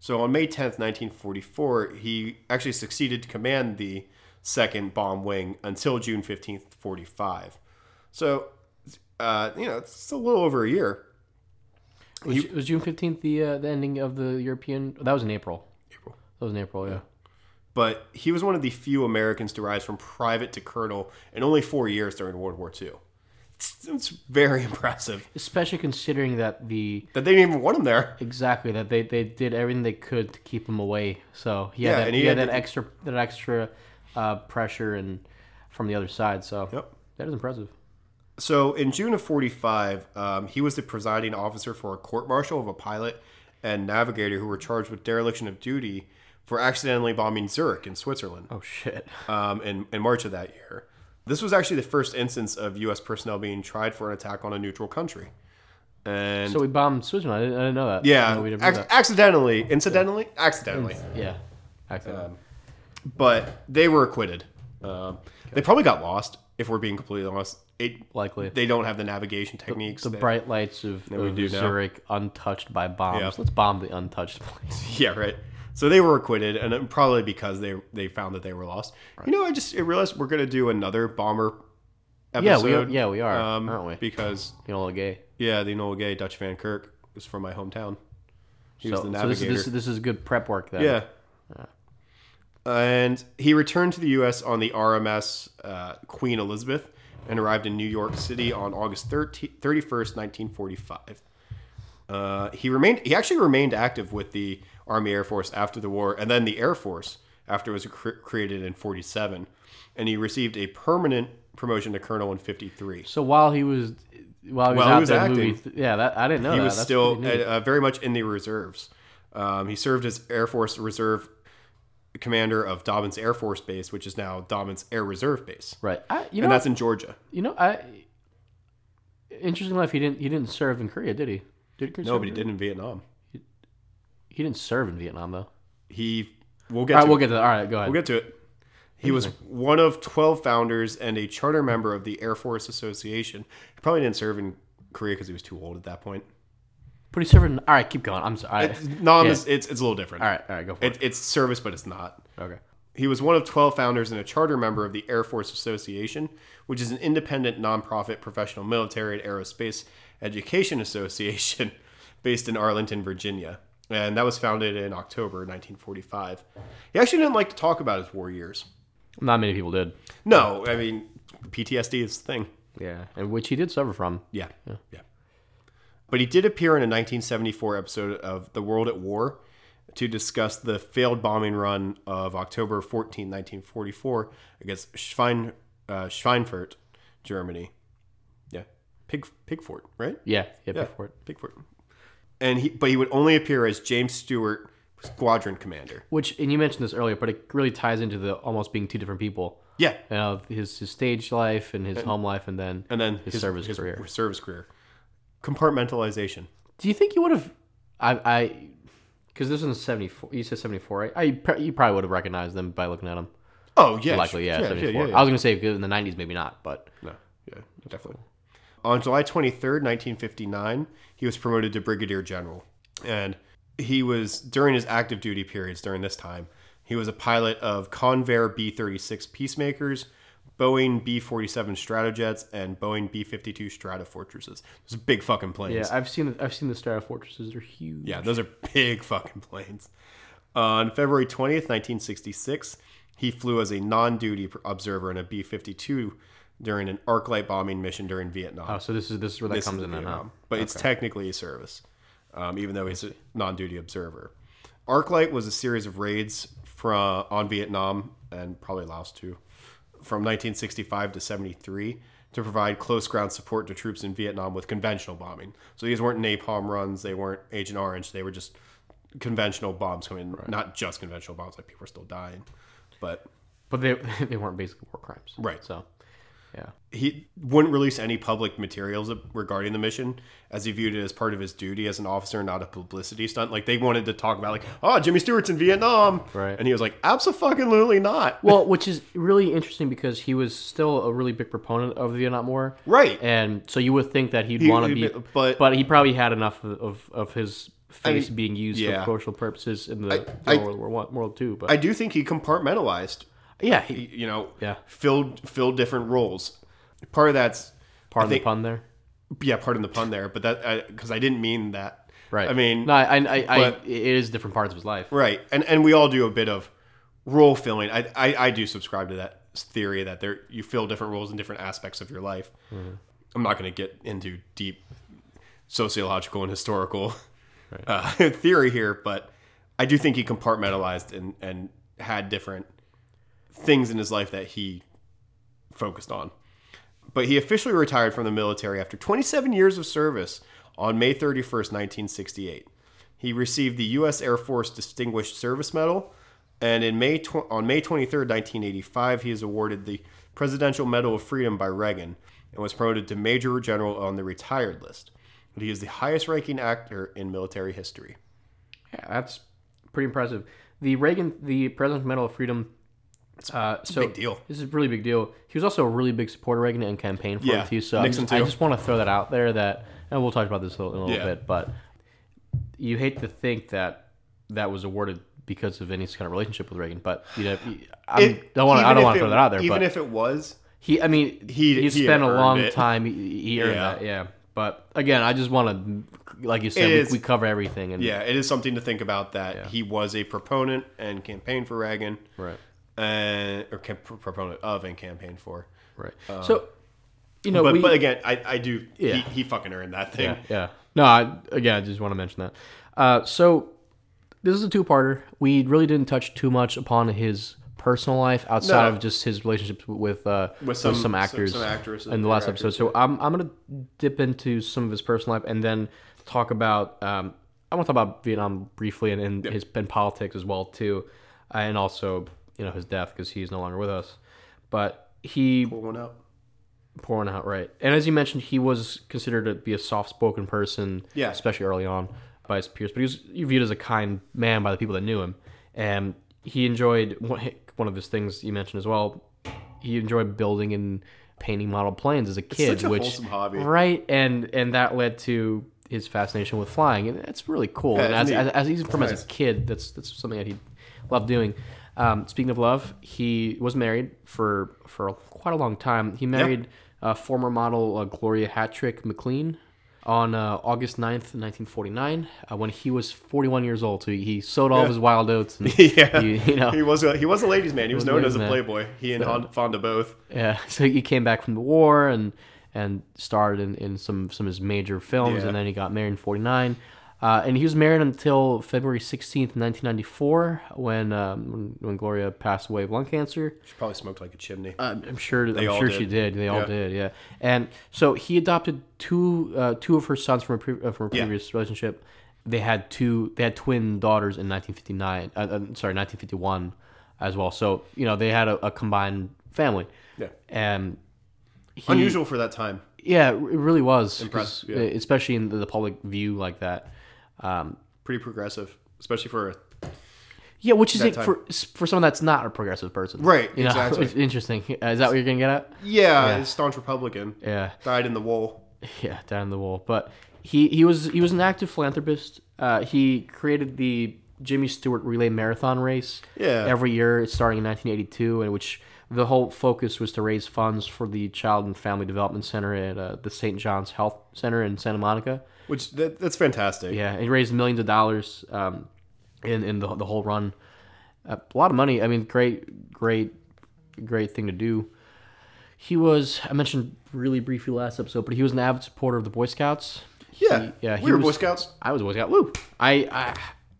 Speaker 1: So on May 10th, 1944, he actually succeeded to command the second bomb wing until June 15th, 45. So, uh, you know, it's a little over a year.
Speaker 2: Was, was June fifteenth the uh, the ending of the European? That was in April.
Speaker 1: April.
Speaker 2: That was in April. Yeah.
Speaker 1: but he was one of the few Americans to rise from private to colonel in only four years during World War II. It's, it's very impressive
Speaker 2: Especially considering that the
Speaker 1: that they didn't even want him there.
Speaker 2: exactly that they, they did everything they could to keep him away. So he had
Speaker 1: Yeah,
Speaker 2: that,
Speaker 1: and
Speaker 2: he
Speaker 1: he
Speaker 2: had
Speaker 1: had
Speaker 2: that extra that extra uh, pressure and from the other side. So
Speaker 1: Yep.
Speaker 2: that is impressive.
Speaker 1: So in June of 45, um, he was the presiding officer for a court martial of a pilot and navigator who were charged with dereliction of duty for accidentally bombing Zurich in Switzerland
Speaker 2: Oh shit.
Speaker 1: um, in, in March of that year. This was actually the first instance of U.S. personnel being tried for an attack on a neutral country. And
Speaker 2: So we bombed Switzerland. I didn't, I didn't know that. I
Speaker 1: yeah,
Speaker 2: didn't know we didn't do
Speaker 1: ac-
Speaker 2: that.
Speaker 1: accidentally, incidentally, accidentally.
Speaker 2: yeah. Accident.
Speaker 1: Um, But they were acquitted. Um, they probably got lost, if we're being completely honest. It,
Speaker 2: Likely.
Speaker 1: they don't have the navigation techniques.
Speaker 2: the
Speaker 1: that-
Speaker 2: bright lights of,
Speaker 1: we
Speaker 2: of
Speaker 1: do now.
Speaker 2: Zurich untouched by bombs.
Speaker 1: Yeah.
Speaker 2: Let's bomb the untouched place.
Speaker 1: Yeah, right. So they were acquitted, and it- probably because they they found that they were lost. You know, I just I realized we're gonna do another bomber
Speaker 2: yeah, we are,
Speaker 1: episode.
Speaker 2: yeah we are,
Speaker 1: um,
Speaker 2: aren't we?
Speaker 1: Because
Speaker 2: you know, gay.
Speaker 1: yeah, the Noel Gay Dutch Van Kirk is from my hometown. He
Speaker 2: So,
Speaker 1: was the
Speaker 2: so this,
Speaker 1: navigator.
Speaker 2: is- this, is- this is good prep work then.
Speaker 1: yeah. And he returned to the U.S. on the RMS uh, Queen Elizabeth and arrived in New York City on August 13, 31st, 1945. Uh, he remained. He actually remained active with the Army Air Force after the war, and then the Air Force after it was cr- created in 47. And he received a permanent promotion to colonel in 53.
Speaker 2: So while he was while
Speaker 1: While
Speaker 2: he was
Speaker 1: he
Speaker 2: out
Speaker 1: was
Speaker 2: there
Speaker 1: acting.
Speaker 2: movie, th- yeah, that I didn't know
Speaker 1: He
Speaker 2: that.
Speaker 1: was
Speaker 2: That's
Speaker 1: still
Speaker 2: pretty neat.
Speaker 1: uh, very much in the reserves. Um, he served as Air Force Reserve commander of Dobbins Air Force Base, which is now Dobbins Air Reserve Base,
Speaker 2: right. I, you know,
Speaker 1: and that's in Georgia.
Speaker 2: you know, I. Interesting enough, he didn't he didn't serve in Korea, did he? Did he
Speaker 1: No,
Speaker 2: serve
Speaker 1: but he
Speaker 2: in-
Speaker 1: did in Vietnam.
Speaker 2: He didn't serve in Vietnam though.
Speaker 1: He we'll get
Speaker 2: All
Speaker 1: to
Speaker 2: right, we'll
Speaker 1: it.
Speaker 2: get to that. All right, go ahead.
Speaker 1: we'll get to it. He was one of 12 founders and a charter member of the Air Force Association. He probably didn't serve in Korea because he was too old at that point.
Speaker 2: Pretty serving. All right, keep going. I'm sorry. All
Speaker 1: Nam is it's, it's a little different.
Speaker 2: right, all right, go for it.
Speaker 1: It, it's service, but it's not.
Speaker 2: Okay.
Speaker 1: He was one of 12 founders and a charter member of the Air Force Association, which is an independent nonprofit professional military and aerospace education association based in Arlington, Virginia. And that was founded in October 1945. He actually didn't like to talk about his war years.
Speaker 2: Not many people did.
Speaker 1: No, I mean, PTSD is the thing.
Speaker 2: Yeah, and which he did suffer from.
Speaker 1: Yeah. Yeah. But he did appear in a 1974 episode of The World at War to discuss the failed bombing run of October 14, 1944 against Schwein, uh, Schweinfurt, Germany. Yeah. Pig, Pigfort, right?
Speaker 2: Yeah, yeah,
Speaker 1: Yeah.
Speaker 2: before it.
Speaker 1: Pigfort. And he, but he would only appear as James Stewart, squadron commander.
Speaker 2: Which, and you mentioned this earlier, but it really ties into the almost being two different people.
Speaker 1: Yeah.
Speaker 2: You know, his his stage life and his home life, and then
Speaker 1: And then his,
Speaker 2: service career.
Speaker 1: Service career. Compartmentalization.
Speaker 2: do you think you would have? I I because this is in seventy four. You said seventy four, right? I you pr- you probably would have recognized them by looking at them.
Speaker 1: Oh, yeah.
Speaker 2: Likely, yeah,
Speaker 1: sure.
Speaker 2: seventy four. I was gonna say in the nineties, maybe not, but
Speaker 1: No, yeah, definitely. On July 23rd, 1959, he was promoted to brigadier general. And he was, during his active duty periods during this time, he was a pilot of Convair B 36 Peacemakers, Boeing B 47 Stratojets, and Boeing B 52 Stratofortresses. Those are big fucking planes.
Speaker 2: yeah, I've seen I've seen the Star Fortresses. They're huge.
Speaker 1: Yeah, those are big fucking planes. On February 20th, 1966, he flew as a non duty observer in a B 52 during an arc light bombing mission during Vietnam.
Speaker 2: Oh, so this is this is where that comes in then. Huh?
Speaker 1: Vietnam, but it's technically a service, um, even though he's a non-duty observer. ArcLight was a series of raids from on Vietnam and probably Laos too, from 1965 to 73 to provide close ground support to troops in Vietnam with conventional bombing. So these weren't napalm runs, they weren't Agent Orange, they were just conventional bombs coming, not just conventional bombs. Like people were still dying, but
Speaker 2: But they they weren't basically war crimes,
Speaker 1: Right.
Speaker 2: So, yeah.
Speaker 1: he wouldn't release any public materials regarding the mission as he viewed it as part of his duty as an officer not a publicity stunt like they wanted to talk about like oh jimmy stewart's in vietnam
Speaker 2: Right.
Speaker 1: and he was like absolutely not
Speaker 2: Well, which is really interesting because he was still a really big proponent of the Vietnam War,
Speaker 1: right
Speaker 2: and so you would think that he'd
Speaker 1: He-
Speaker 2: want to
Speaker 1: he-
Speaker 2: be,
Speaker 1: but-
Speaker 2: but, he probably had enough of of, of his face
Speaker 1: mean,
Speaker 2: being used
Speaker 1: yeah.
Speaker 2: for commercial purposes in the
Speaker 1: I-
Speaker 2: World War One, World Two. But
Speaker 1: i do think he compartmentalized
Speaker 2: yeah, he,
Speaker 1: you know
Speaker 2: Yeah.
Speaker 1: filled filled different roles part of that's
Speaker 2: pardon
Speaker 1: think-
Speaker 2: the pun there.
Speaker 1: yeah pardon the pun there but that because I didn't mean that
Speaker 2: Right.
Speaker 1: i mean
Speaker 2: no, I, I, I,
Speaker 1: but-
Speaker 2: it is different parts of his life.
Speaker 1: Right, and and we all do a bit of role filling. I I, I do subscribe to that theory that there you fill different roles in different aspects of your life. I'm not going to get into deep sociological and historical uh, theory here, but I do think he compartmentalized and and had different things in his life that he focused on. But he officially retired from the military after 27 years of service on May 31st, 1968. He received the U.S. Air Force Distinguished Service Medal, and in May tw- on May 23rd, 1985, he is awarded the Presidential Medal of Freedom by Reagan and was promoted to Major General on the retired list. But he is the highest-ranking actor in military history.
Speaker 2: Yeah, that's pretty impressive. The Reagan, the President's Medal of Freedom. Uh, so
Speaker 1: big deal.
Speaker 2: This is a really big deal. He was also a really big supporter of Reagan and campaigned for
Speaker 1: Yeah,
Speaker 2: him too. So I'm
Speaker 1: Nixon
Speaker 2: just, I
Speaker 1: too.
Speaker 2: just want to throw that out there that, and we'll talk about this a little, in a little
Speaker 1: Yeah.
Speaker 2: bit, but you hate to think that that was awarded because of any kind of relationship with Reagan, but you know, I
Speaker 1: It-
Speaker 2: don't want to. I
Speaker 1: even
Speaker 2: don't
Speaker 1: if
Speaker 2: want
Speaker 1: it-
Speaker 2: to throw that out there.
Speaker 1: Even
Speaker 2: but
Speaker 1: if it was,
Speaker 2: he, I mean,
Speaker 1: He-
Speaker 2: he,
Speaker 1: he
Speaker 2: he spent a
Speaker 1: earned
Speaker 2: long
Speaker 1: it.
Speaker 2: time. He, he earned
Speaker 1: Yeah.
Speaker 2: that, yeah. But again, I just want to, like you said,
Speaker 1: It
Speaker 2: we,
Speaker 1: is-
Speaker 2: we cover everything, and
Speaker 1: yeah, it is something to think about that he was a proponent and campaigned for Reagan,
Speaker 2: right.
Speaker 1: and, or camp- proponent of and campaigned for.
Speaker 2: Right. so, you know,
Speaker 1: Uh, But,
Speaker 2: we,
Speaker 1: but again, I, I do.
Speaker 2: Yeah.
Speaker 1: He, he fucking earned that thing.
Speaker 2: yeah, yeah. No, I, again, I just want to mention that. Uh, so, this is a two-parter. We really didn't touch too much upon his personal life outside
Speaker 1: No.
Speaker 2: of just his relationships with uh, with
Speaker 1: some-
Speaker 2: some,
Speaker 1: some-
Speaker 2: actors
Speaker 1: some actresses
Speaker 2: in
Speaker 1: and
Speaker 2: the last
Speaker 1: actors,
Speaker 2: episode. So, I'm I'm gonna dip into some of his personal life and then talk about um, I want to talk about Vietnam briefly and, and his and politics as well too, uh, and also you know his death because he's no longer with us. But he
Speaker 1: Pull one out.
Speaker 2: pouring out right. And as you mentioned, he was considered to be a soft-spoken person,
Speaker 1: Yeah.
Speaker 2: especially early on by his peers. But he was viewed as a kind man by the people that knew him, and he enjoyed one one of his things you mentioned as well. He enjoyed building and painting model planes as a kid,
Speaker 1: such a
Speaker 2: which
Speaker 1: wholesome hobby.
Speaker 2: right, and and that led to his fascination with flying, and that's really cool. and
Speaker 1: it's
Speaker 2: as,
Speaker 1: neat.
Speaker 2: as, as even from as
Speaker 1: nice.
Speaker 2: a kid, that's that's something that he loved doing. Um, speaking of love, he was married for for quite a long time. He married uh, former model uh, Gloria Hattrick McLean on uh, August 9th, 1949, uh, when he was 41 years old. So he, he sowed all of his wild oats. And,
Speaker 1: Yeah.
Speaker 2: You, you know,
Speaker 1: He was a he was a ladies' man. He was,
Speaker 2: was a
Speaker 1: known
Speaker 2: ladies'
Speaker 1: as a
Speaker 2: man.
Speaker 1: playboy. He and Hon- Fonda both.
Speaker 2: Yeah, so he came back from the war and and starred in, in some some of his major films,
Speaker 1: Yeah.
Speaker 2: and then he got married in '49. Uh, and he was married until February 16th, 1994, when, um, when when Gloria passed away of lung cancer.
Speaker 1: She probably smoked like a chimney.
Speaker 2: I'm, I'm sure.
Speaker 1: all
Speaker 2: I'm sure she
Speaker 1: did.
Speaker 2: did. They all
Speaker 1: Yeah.
Speaker 2: did. Yeah. And so he adopted two uh, two of her sons from a, pre- uh, from a
Speaker 1: Yeah.
Speaker 2: previous relationship. They had two. They had twin daughters in 1959. Uh, uh, sorry, 1951, as well. So you know they had a, a combined family.
Speaker 1: Yeah.
Speaker 2: And he,
Speaker 1: Unusual for that time.
Speaker 2: Yeah, it really was 'cause,
Speaker 1: Impressive, yeah.
Speaker 2: uh, especially in the, the public view like that. Um,
Speaker 1: Pretty progressive, especially for a
Speaker 2: yeah, which is it
Speaker 1: time.
Speaker 2: for for someone that's not a progressive person,
Speaker 1: Right,
Speaker 2: You know,
Speaker 1: exactly.
Speaker 2: it's interesting. Is that what you're gonna get at?
Speaker 1: yeah, a staunch Republican.
Speaker 2: Yeah.
Speaker 1: Died in the wool.
Speaker 2: yeah, down the wall. But he he was he was an active philanthropist. Uh, he created the Jimmy Stewart Relay Marathon race.
Speaker 1: Yeah.
Speaker 2: Every year, starting in 1982, and which the whole focus was to raise funds for the Child and Family Development Center at uh, the St. John's Health Center in Santa Monica.
Speaker 1: Which that, that's fantastic.
Speaker 2: Yeah, and raised millions of dollars um, in in the, the whole run. Uh, a lot of money. I mean, great, great, great thing to do. He was I mentioned really briefly last episode, but he was an avid supporter of the Boy Scouts.
Speaker 1: Yeah.
Speaker 2: He- yeah,
Speaker 1: we
Speaker 2: he
Speaker 1: were
Speaker 2: was-
Speaker 1: Boy Scouts.
Speaker 2: I was a Boy Scout. Woo! I I,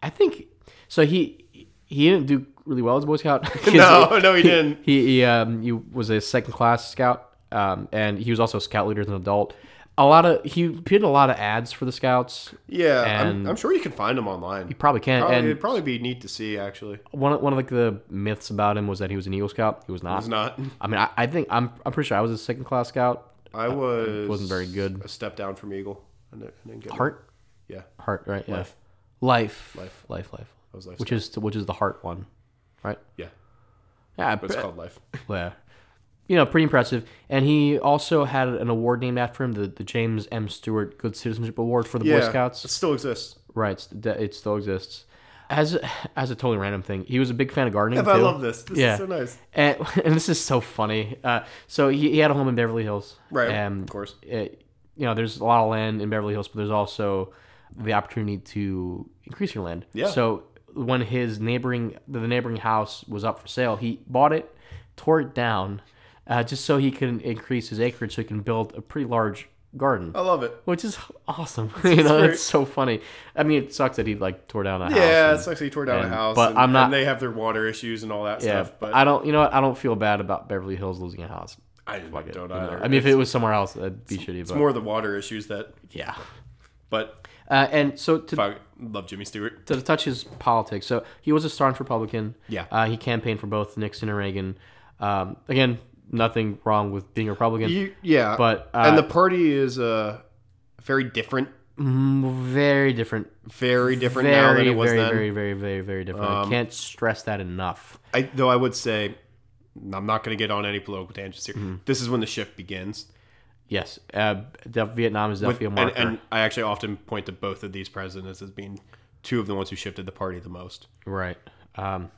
Speaker 2: I think so. He he didn't do really well as a Boy Scout. 'Cause
Speaker 1: No, no, he didn't.
Speaker 2: He he, um, he was a second class scout, um, and he was also a scout leader as an adult. A lot of he did a lot of ads for the scouts.
Speaker 1: Yeah, I'm,
Speaker 2: And-
Speaker 1: I'm sure you can find him online.
Speaker 2: You probably can't.
Speaker 1: Probably-
Speaker 2: and
Speaker 1: it'd probably be neat to see. Actually,
Speaker 2: one of, one of like the myths about him was that he was an Eagle Scout. He was not.
Speaker 1: it's not.
Speaker 2: I mean, I, I think I'm I'm pretty sure I was a second class scout.
Speaker 1: I was
Speaker 2: wasn't very good.
Speaker 1: A step down from Eagle. I didn't, I didn't get it.
Speaker 2: Heart,
Speaker 1: Yeah,
Speaker 2: heart, right? Life, life,
Speaker 1: Life. Oh,
Speaker 2: life, life.
Speaker 1: I was life.
Speaker 2: Which is which is the heart one, right?
Speaker 1: yeah,
Speaker 2: Yeah,
Speaker 1: but it's
Speaker 2: but-
Speaker 1: called life.
Speaker 2: yeah. You know, pretty impressive. And he also had an award named after him, the, the James M. Stewart Good Citizenship Award for the
Speaker 1: Yeah,
Speaker 2: Boy Scouts.
Speaker 1: it still exists.
Speaker 2: Right, it's- it still exists. As as a totally random thing, he was a big fan of gardening.
Speaker 1: If I
Speaker 2: too.
Speaker 1: love this. This
Speaker 2: Yeah.
Speaker 1: is so nice.
Speaker 2: and, and this is so funny. Uh, so he, he had a home in Beverly Hills,
Speaker 1: Right,
Speaker 2: And
Speaker 1: of course.
Speaker 2: it, you know, there's a lot of land in Beverly Hills, but there's also the opportunity to increase your land.
Speaker 1: Yeah.
Speaker 2: So when his neighboring the neighboring house was up for sale, he bought it, tore it down, uh, just so he can increase his acreage, so he can build a pretty large garden.
Speaker 1: I love it.
Speaker 2: Which is awesome. you know,
Speaker 1: Oh. great.
Speaker 2: it's so funny. I mean, it sucks that he like tore down a house.
Speaker 1: Yeah,
Speaker 2: and-
Speaker 1: it sucks that he tore down
Speaker 2: and-
Speaker 1: a house.
Speaker 2: but
Speaker 1: and,
Speaker 2: I'm not-
Speaker 1: And they have their water issues and all that
Speaker 2: yeah,
Speaker 1: stuff. But I,
Speaker 2: I don't. You know what? I don't feel bad about Beverly Hills losing a house.
Speaker 1: I
Speaker 2: Fuck it.
Speaker 1: don't
Speaker 2: you know.
Speaker 1: either.
Speaker 2: I mean, if it was somewhere else, that'd be shitty.
Speaker 1: it's
Speaker 2: but
Speaker 1: more the water issues that.
Speaker 2: yeah.
Speaker 1: But
Speaker 2: Uh, and so to
Speaker 1: if I love Jimmy Stewart.
Speaker 2: to touch his politics. So he was a staunch Republican.
Speaker 1: Yeah.
Speaker 2: Uh, he campaigned for both Nixon and Reagan. Um, again, nothing wrong with being a Republican.
Speaker 1: You, yeah,
Speaker 2: But, uh,
Speaker 1: and the party is uh, very different,
Speaker 2: Mm, very different.
Speaker 1: very different now than
Speaker 2: Very,
Speaker 1: it was
Speaker 2: very,
Speaker 1: then. Um,
Speaker 2: very, very, very, very different. I can't stress that enough.
Speaker 1: I, though I would say, I'm not going to get on any political tangents here.
Speaker 2: Mm-hmm.
Speaker 1: This is when the shift begins.
Speaker 2: Yes. Uh, def- Vietnam is definitely a
Speaker 1: and,
Speaker 2: marker.
Speaker 1: and I actually often point to both of these presidents as being two of the ones who shifted the party the most.
Speaker 2: Right. Um,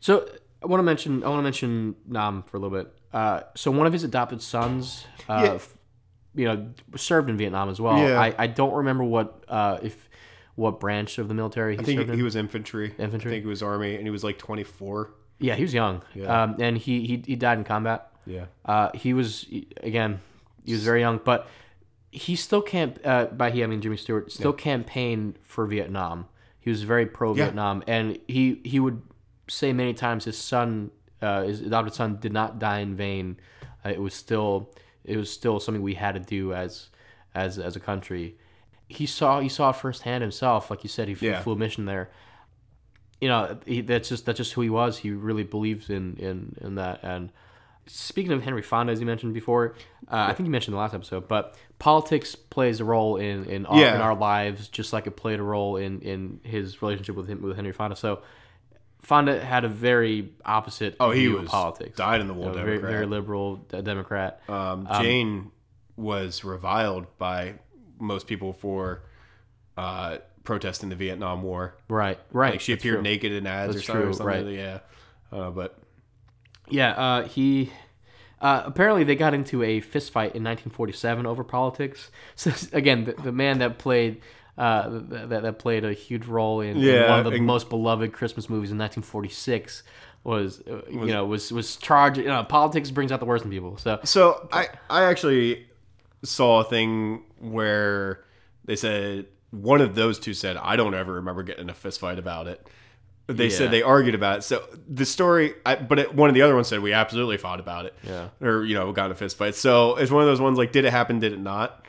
Speaker 2: so I want to mention I want to mention Nam for a little bit. Uh, so one of his adopted sons, uh,
Speaker 1: Yeah.
Speaker 2: f- you know, served in Vietnam as well.
Speaker 1: Yeah.
Speaker 2: I, I don't remember what uh, if what branch of the military he
Speaker 1: I think
Speaker 2: served
Speaker 1: he,
Speaker 2: in.
Speaker 1: was infantry.
Speaker 2: Infantry?
Speaker 1: I think he was army, and he was like 24.
Speaker 2: yeah, he was young.
Speaker 1: Yeah.
Speaker 2: Um, and he, he he died in combat.
Speaker 1: Yeah.
Speaker 2: Uh, he was again, he was very young, but he still can't. Uh, by he I mean Jimmy Stewart still campaigned for Vietnam. He was very pro Vietnam, and he he would say many times his son, uh, his adopted son, did not die in vain. Uh, it was still it was still something we had to do as as as a country. He saw he saw it firsthand himself, like you said, he f-
Speaker 1: Yeah.
Speaker 2: flew a mission there you know he, that's just that's just who he was. He really believed in in in that. And speaking of Henry Fonda, as you mentioned before, uh, I think you mentioned in the last episode, but politics plays a role in in our,
Speaker 1: Yeah.
Speaker 2: in our lives, just like it played a role in in his relationship with him with Henry Fonda. So Fonda had a very opposite
Speaker 1: Oh, he
Speaker 2: view of
Speaker 1: was
Speaker 2: politics.
Speaker 1: died in the war.
Speaker 2: You know, very,
Speaker 1: Democrat.
Speaker 2: very liberal de- Democrat.
Speaker 1: um, Jane was reviled by most people for uh, protesting the Vietnam War.
Speaker 2: right, right.
Speaker 1: Like she
Speaker 2: that's
Speaker 1: appeared
Speaker 2: true.
Speaker 1: naked in ads
Speaker 2: That's
Speaker 1: or something.
Speaker 2: true,
Speaker 1: or something. Yeah. Uh, but
Speaker 2: Yeah, uh, he. Uh, apparently, they got into a fist fight in 1947 over politics. So this- again, the, the man that played uh, that, that that played a huge role in, in
Speaker 1: Yeah,
Speaker 2: one of the
Speaker 1: and-
Speaker 2: most beloved Christmas movies in 1946 was, uh, you know was was charged. You know, politics brings out the worst in people. So
Speaker 1: So I, I actually saw a thing where they said one of those two said, I don't ever remember getting in a fist fight about it. They
Speaker 2: Yeah.
Speaker 1: said they argued about it. So the story, I, but it, one of the other ones said we absolutely fought about it.
Speaker 2: Yeah.
Speaker 1: Or, you know, got in a fist fight. So it's one of those ones like, did it happen? Did it not?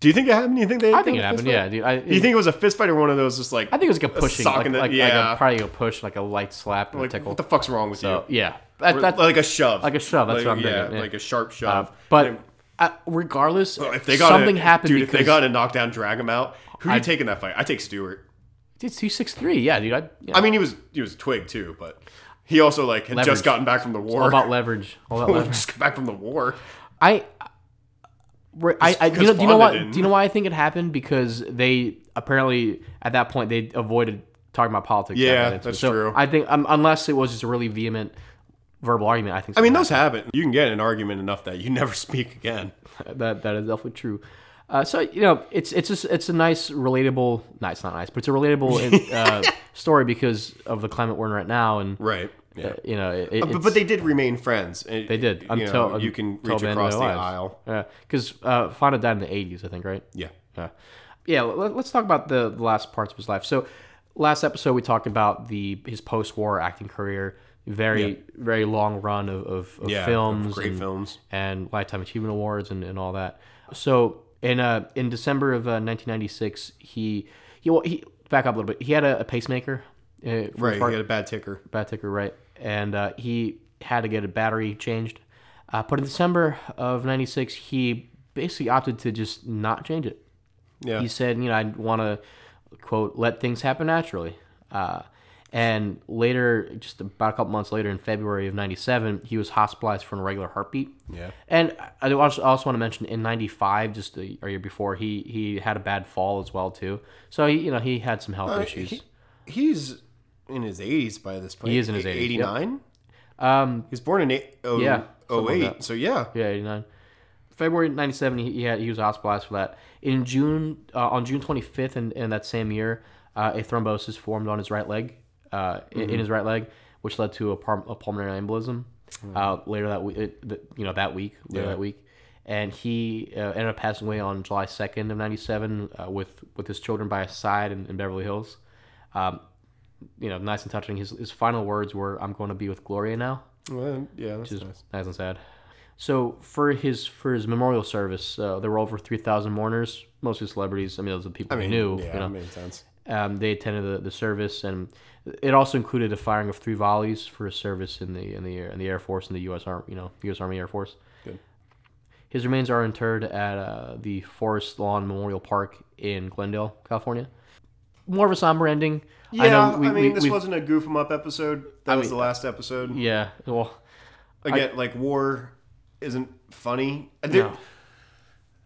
Speaker 1: Do you think it happened? Do you think they?
Speaker 2: I think it happened. Yeah, dude. I,
Speaker 1: Do you think it was a fist fight or one of those just like,
Speaker 2: I think it was like a pushing,
Speaker 1: sock
Speaker 2: like,
Speaker 1: in the-
Speaker 2: like, like
Speaker 1: yeah.
Speaker 2: a, probably a push, like a light slap and
Speaker 1: like,
Speaker 2: a tickle.
Speaker 1: what the fuck's wrong with
Speaker 2: So,
Speaker 1: you?
Speaker 2: yeah, that,
Speaker 1: Or
Speaker 2: that's
Speaker 1: like a shove.
Speaker 2: like a shove, that's
Speaker 1: like,
Speaker 2: what I'm
Speaker 1: yeah,
Speaker 2: thinking, yeah.
Speaker 1: Like a sharp shove.
Speaker 2: but. Uh, regardless,
Speaker 1: If they got
Speaker 2: something
Speaker 1: a,
Speaker 2: happened
Speaker 1: dude.
Speaker 2: because
Speaker 1: if they got a knockdown, drag him out. Who do
Speaker 2: I-
Speaker 1: you take in that fight? I take Stewart.
Speaker 2: it's two six three. Yeah, dude. I, yeah.
Speaker 1: I mean, he was he was a twig too, but he also like had
Speaker 2: Leverage.
Speaker 1: just gotten back from the war.
Speaker 2: all about leverage. All about leverage.
Speaker 1: just got back from the war.
Speaker 2: I, I, I, I- you
Speaker 1: because
Speaker 2: know, do you know
Speaker 1: Fonda
Speaker 2: what?
Speaker 1: didn't.
Speaker 2: Do you know why I think it happened? Because they apparently at that point they avoided talking about politics.
Speaker 1: Yeah,
Speaker 2: after that.
Speaker 1: that's
Speaker 2: So
Speaker 1: true.
Speaker 2: I think um, unless it was just a really vehement verbal argument, I think.
Speaker 1: I mean, those happen. You can get in an argument enough that you never speak again.
Speaker 2: that that is definitely true. Uh, so you know, it's it's just it's a nice relatable. No, it's not nice, but it's a relatable uh, story because of the climate we're in right now, and
Speaker 1: Right. Yeah.
Speaker 2: uh, you know, it, it's,
Speaker 1: but, but they did remain friends. They
Speaker 2: did
Speaker 1: you,
Speaker 2: until
Speaker 1: know, you can
Speaker 2: until
Speaker 1: reach
Speaker 2: the end of
Speaker 1: across the
Speaker 2: their lives.
Speaker 1: aisle.
Speaker 2: Yeah, because uh, Fonda died in the '80s, I think, right?
Speaker 1: Yeah.
Speaker 2: Yeah. Yeah, let, us talk about the, the last parts of his life. So, last episode we talked about the his post-war acting career, very very long run of, of, of
Speaker 1: Yeah.
Speaker 2: films,
Speaker 1: Great
Speaker 2: and,
Speaker 1: films.
Speaker 2: and lifetime achievement awards and, and all that. So, in uh in December of uh, 1996, he he well he back up a little bit. He had a, a pacemaker, uh, for his
Speaker 1: Right.
Speaker 2: heart
Speaker 1: He had a bad ticker.
Speaker 2: bad ticker, right? And uh, he had to get a battery changed. Uh, but in December of '96, he basically opted to just not change it.
Speaker 1: Yeah.
Speaker 2: He said, "You know, I want to quote let things happen naturally." Uh, and later, just about a couple months later, in February of '97, he was hospitalized for an irregular heartbeat.
Speaker 1: yeah.
Speaker 2: And I do also, also want to mention in '95, just a a year before, he he had a bad fall as well too. So he, you know, he had some health issues.
Speaker 1: Uh, He, he's in his 80s by this point.
Speaker 2: He is in his 80s, yep.
Speaker 1: 89?
Speaker 2: um,
Speaker 1: He's born in eight, oh,
Speaker 2: Yeah, something like
Speaker 1: 08. so yeah.
Speaker 2: Yeah, eighty nine. February ninety seven, he, he had he was hospitalized for that. In June, uh, on June twenty fifth, in, in that same year, uh, a thrombosis formed on his right leg, uh, in- in, his right leg, which led to a, pul- a pulmonary embolism. Uh, later that week, it, th- you know that week, later
Speaker 1: Yeah.
Speaker 2: that week, and he uh, ended up passing away on July second of ninety seven uh, with with his children by his side in, in Beverly Hills. Um, you know, nice and touching. His his final words were, "I'm going to be with Gloria now."
Speaker 1: Well, yeah, that's
Speaker 2: Just
Speaker 1: nice.
Speaker 2: nice and sad. So for his for his memorial service, uh, there were over three thousand mourners, mostly celebrities. I mean, those are the people
Speaker 1: I mean,
Speaker 2: we knew.
Speaker 1: yeah,
Speaker 2: you know.
Speaker 1: makes sense.
Speaker 2: um, they attended the, the service, and it also included a firing of three volleys for his service in the in the in the Air Force and the U.S. Army, you know, U.S. Army Air Force.
Speaker 1: Good.
Speaker 2: His remains are interred at uh, the Forest Lawn Memorial Park in Glendale, California. More of a somber ending.
Speaker 1: Yeah, I,
Speaker 2: know we,
Speaker 1: mean,
Speaker 2: we-
Speaker 1: this
Speaker 2: we've-
Speaker 1: wasn't a goof 'em up episode. That
Speaker 2: I
Speaker 1: was
Speaker 2: mean-
Speaker 1: the last episode.
Speaker 2: Yeah, well,
Speaker 1: Again, like war isn't funny. There,
Speaker 2: no.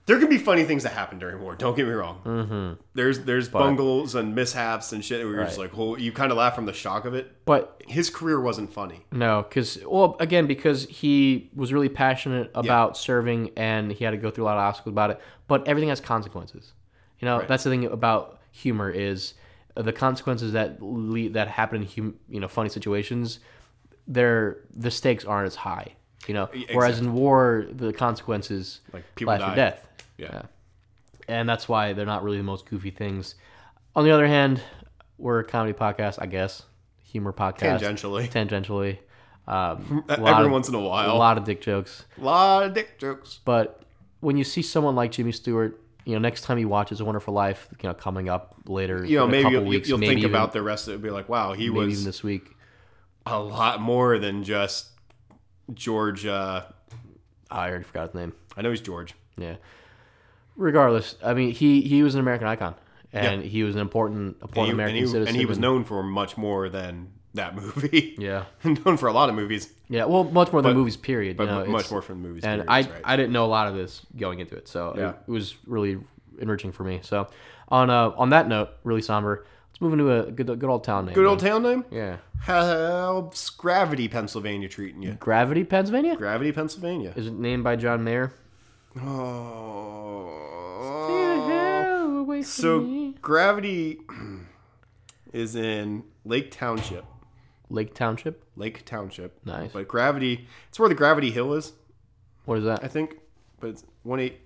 Speaker 1: there can be funny things that happen during war. Don't get me wrong. Mm-hmm. There's there's bungles and mishaps and shit. Where you're just like, oh, you kind of laugh from the shock of it.
Speaker 2: but
Speaker 1: His career wasn't funny.
Speaker 2: No, because well, again, because he was really passionate about serving, and he had to go through a lot of obstacles about it. But everything has consequences. You know, that's the thing about humor is uh, the consequences that lead, that happen in hum, you know funny situations. They're the stakes aren't as high. You know, whereas in war, the consequences
Speaker 1: E, Like, people
Speaker 2: life
Speaker 1: die.
Speaker 2: or death.
Speaker 1: Yeah.
Speaker 2: and that's why they're not really the most goofy things. On the other hand, we're a comedy podcast, I guess, humor podcast
Speaker 1: Tangentially,
Speaker 2: tangentially. Um, a lot
Speaker 1: every
Speaker 2: of-
Speaker 1: once in a
Speaker 2: a
Speaker 1: while,
Speaker 2: lot of dick jokes.
Speaker 1: lot of dick jokes.
Speaker 2: But when you see someone like Jimmy Stewart, you know, next time he watches A Wonderful Life, you know, coming up later,
Speaker 1: You know,
Speaker 2: in a
Speaker 1: maybe
Speaker 2: couple
Speaker 1: you'll,
Speaker 2: weeks,
Speaker 1: you'll
Speaker 2: maybe
Speaker 1: think
Speaker 2: even,
Speaker 1: about the rest of it and be like, wow, he
Speaker 2: maybe
Speaker 1: was
Speaker 2: even this week.
Speaker 1: a lot more than just George. Uh,
Speaker 2: Ah, I already forgot his name.
Speaker 1: I know he's George.
Speaker 2: Yeah. Regardless, I mean, he he was an American icon, and he was an important
Speaker 1: And
Speaker 2: important
Speaker 1: he,
Speaker 2: American
Speaker 1: and, he,
Speaker 2: citizen.
Speaker 1: and he was known for much more than that movie.
Speaker 2: Yeah.
Speaker 1: known for a lot of movies,
Speaker 2: Yeah. Well, much more than movies. Period.
Speaker 1: but
Speaker 2: you know,
Speaker 1: mu-
Speaker 2: it's-
Speaker 1: much more from the movies.
Speaker 2: and I
Speaker 1: period, right.
Speaker 2: I didn't know a lot of this going into it, so
Speaker 1: Yeah.
Speaker 2: it, it was really enriching for me. So on uh, on that note, really somber. Let's move into a good good old town name.
Speaker 1: good old
Speaker 2: then.
Speaker 1: town name.
Speaker 2: yeah,
Speaker 1: How's Gravity, Pennsylvania treating you?
Speaker 2: Gravity, Pennsylvania.
Speaker 1: Gravity, Pennsylvania.
Speaker 2: Is it named by John Mayer?
Speaker 1: Oh. So Gravity is in Lake Township.
Speaker 2: Lake Township.
Speaker 1: Lake Township.
Speaker 2: Nice.
Speaker 1: But Gravity, it's where the Gravity Hill is,
Speaker 2: What is
Speaker 1: I
Speaker 2: that?
Speaker 1: think. But it's one eight.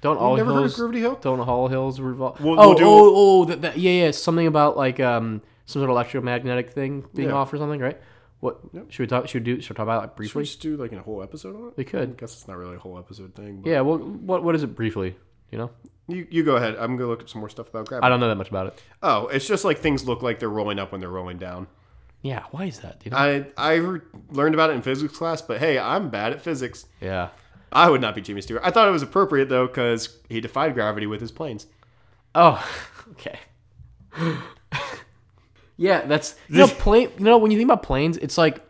Speaker 2: Don't all
Speaker 1: Never heard of
Speaker 2: hills.
Speaker 1: Gravity Hill?
Speaker 2: Don't all hills revolve.
Speaker 1: We'll-
Speaker 2: oh,
Speaker 1: we'll do-
Speaker 2: oh, oh, that, that, yeah, yeah. Something about like um some sort of electromagnetic thing being
Speaker 1: Yeah.
Speaker 2: off or something, right? What should we talk? Should we do? Should we talk about it like,
Speaker 1: Should we
Speaker 2: briefly?
Speaker 1: just do like a whole episode on it?
Speaker 2: We
Speaker 1: I
Speaker 2: could.
Speaker 1: guess it's not really a whole episode thing. But
Speaker 2: Yeah. Well, what what is it briefly? You know,
Speaker 1: You, you go ahead. I'm gonna look up some more stuff about Gravity.
Speaker 2: I don't know that much about it.
Speaker 1: Oh, it's just like things look like they're rolling up when they're rolling down.
Speaker 2: Yeah, why is that, dude?
Speaker 1: I I re- learned about it in physics class, but hey, I'm bad at physics.
Speaker 2: yeah.
Speaker 1: I would not be Jimmy Stewart. I thought it was appropriate though because he defied gravity with his planes.
Speaker 2: Oh, okay. yeah, that's you know, plane. You know, when you think about planes, it's like,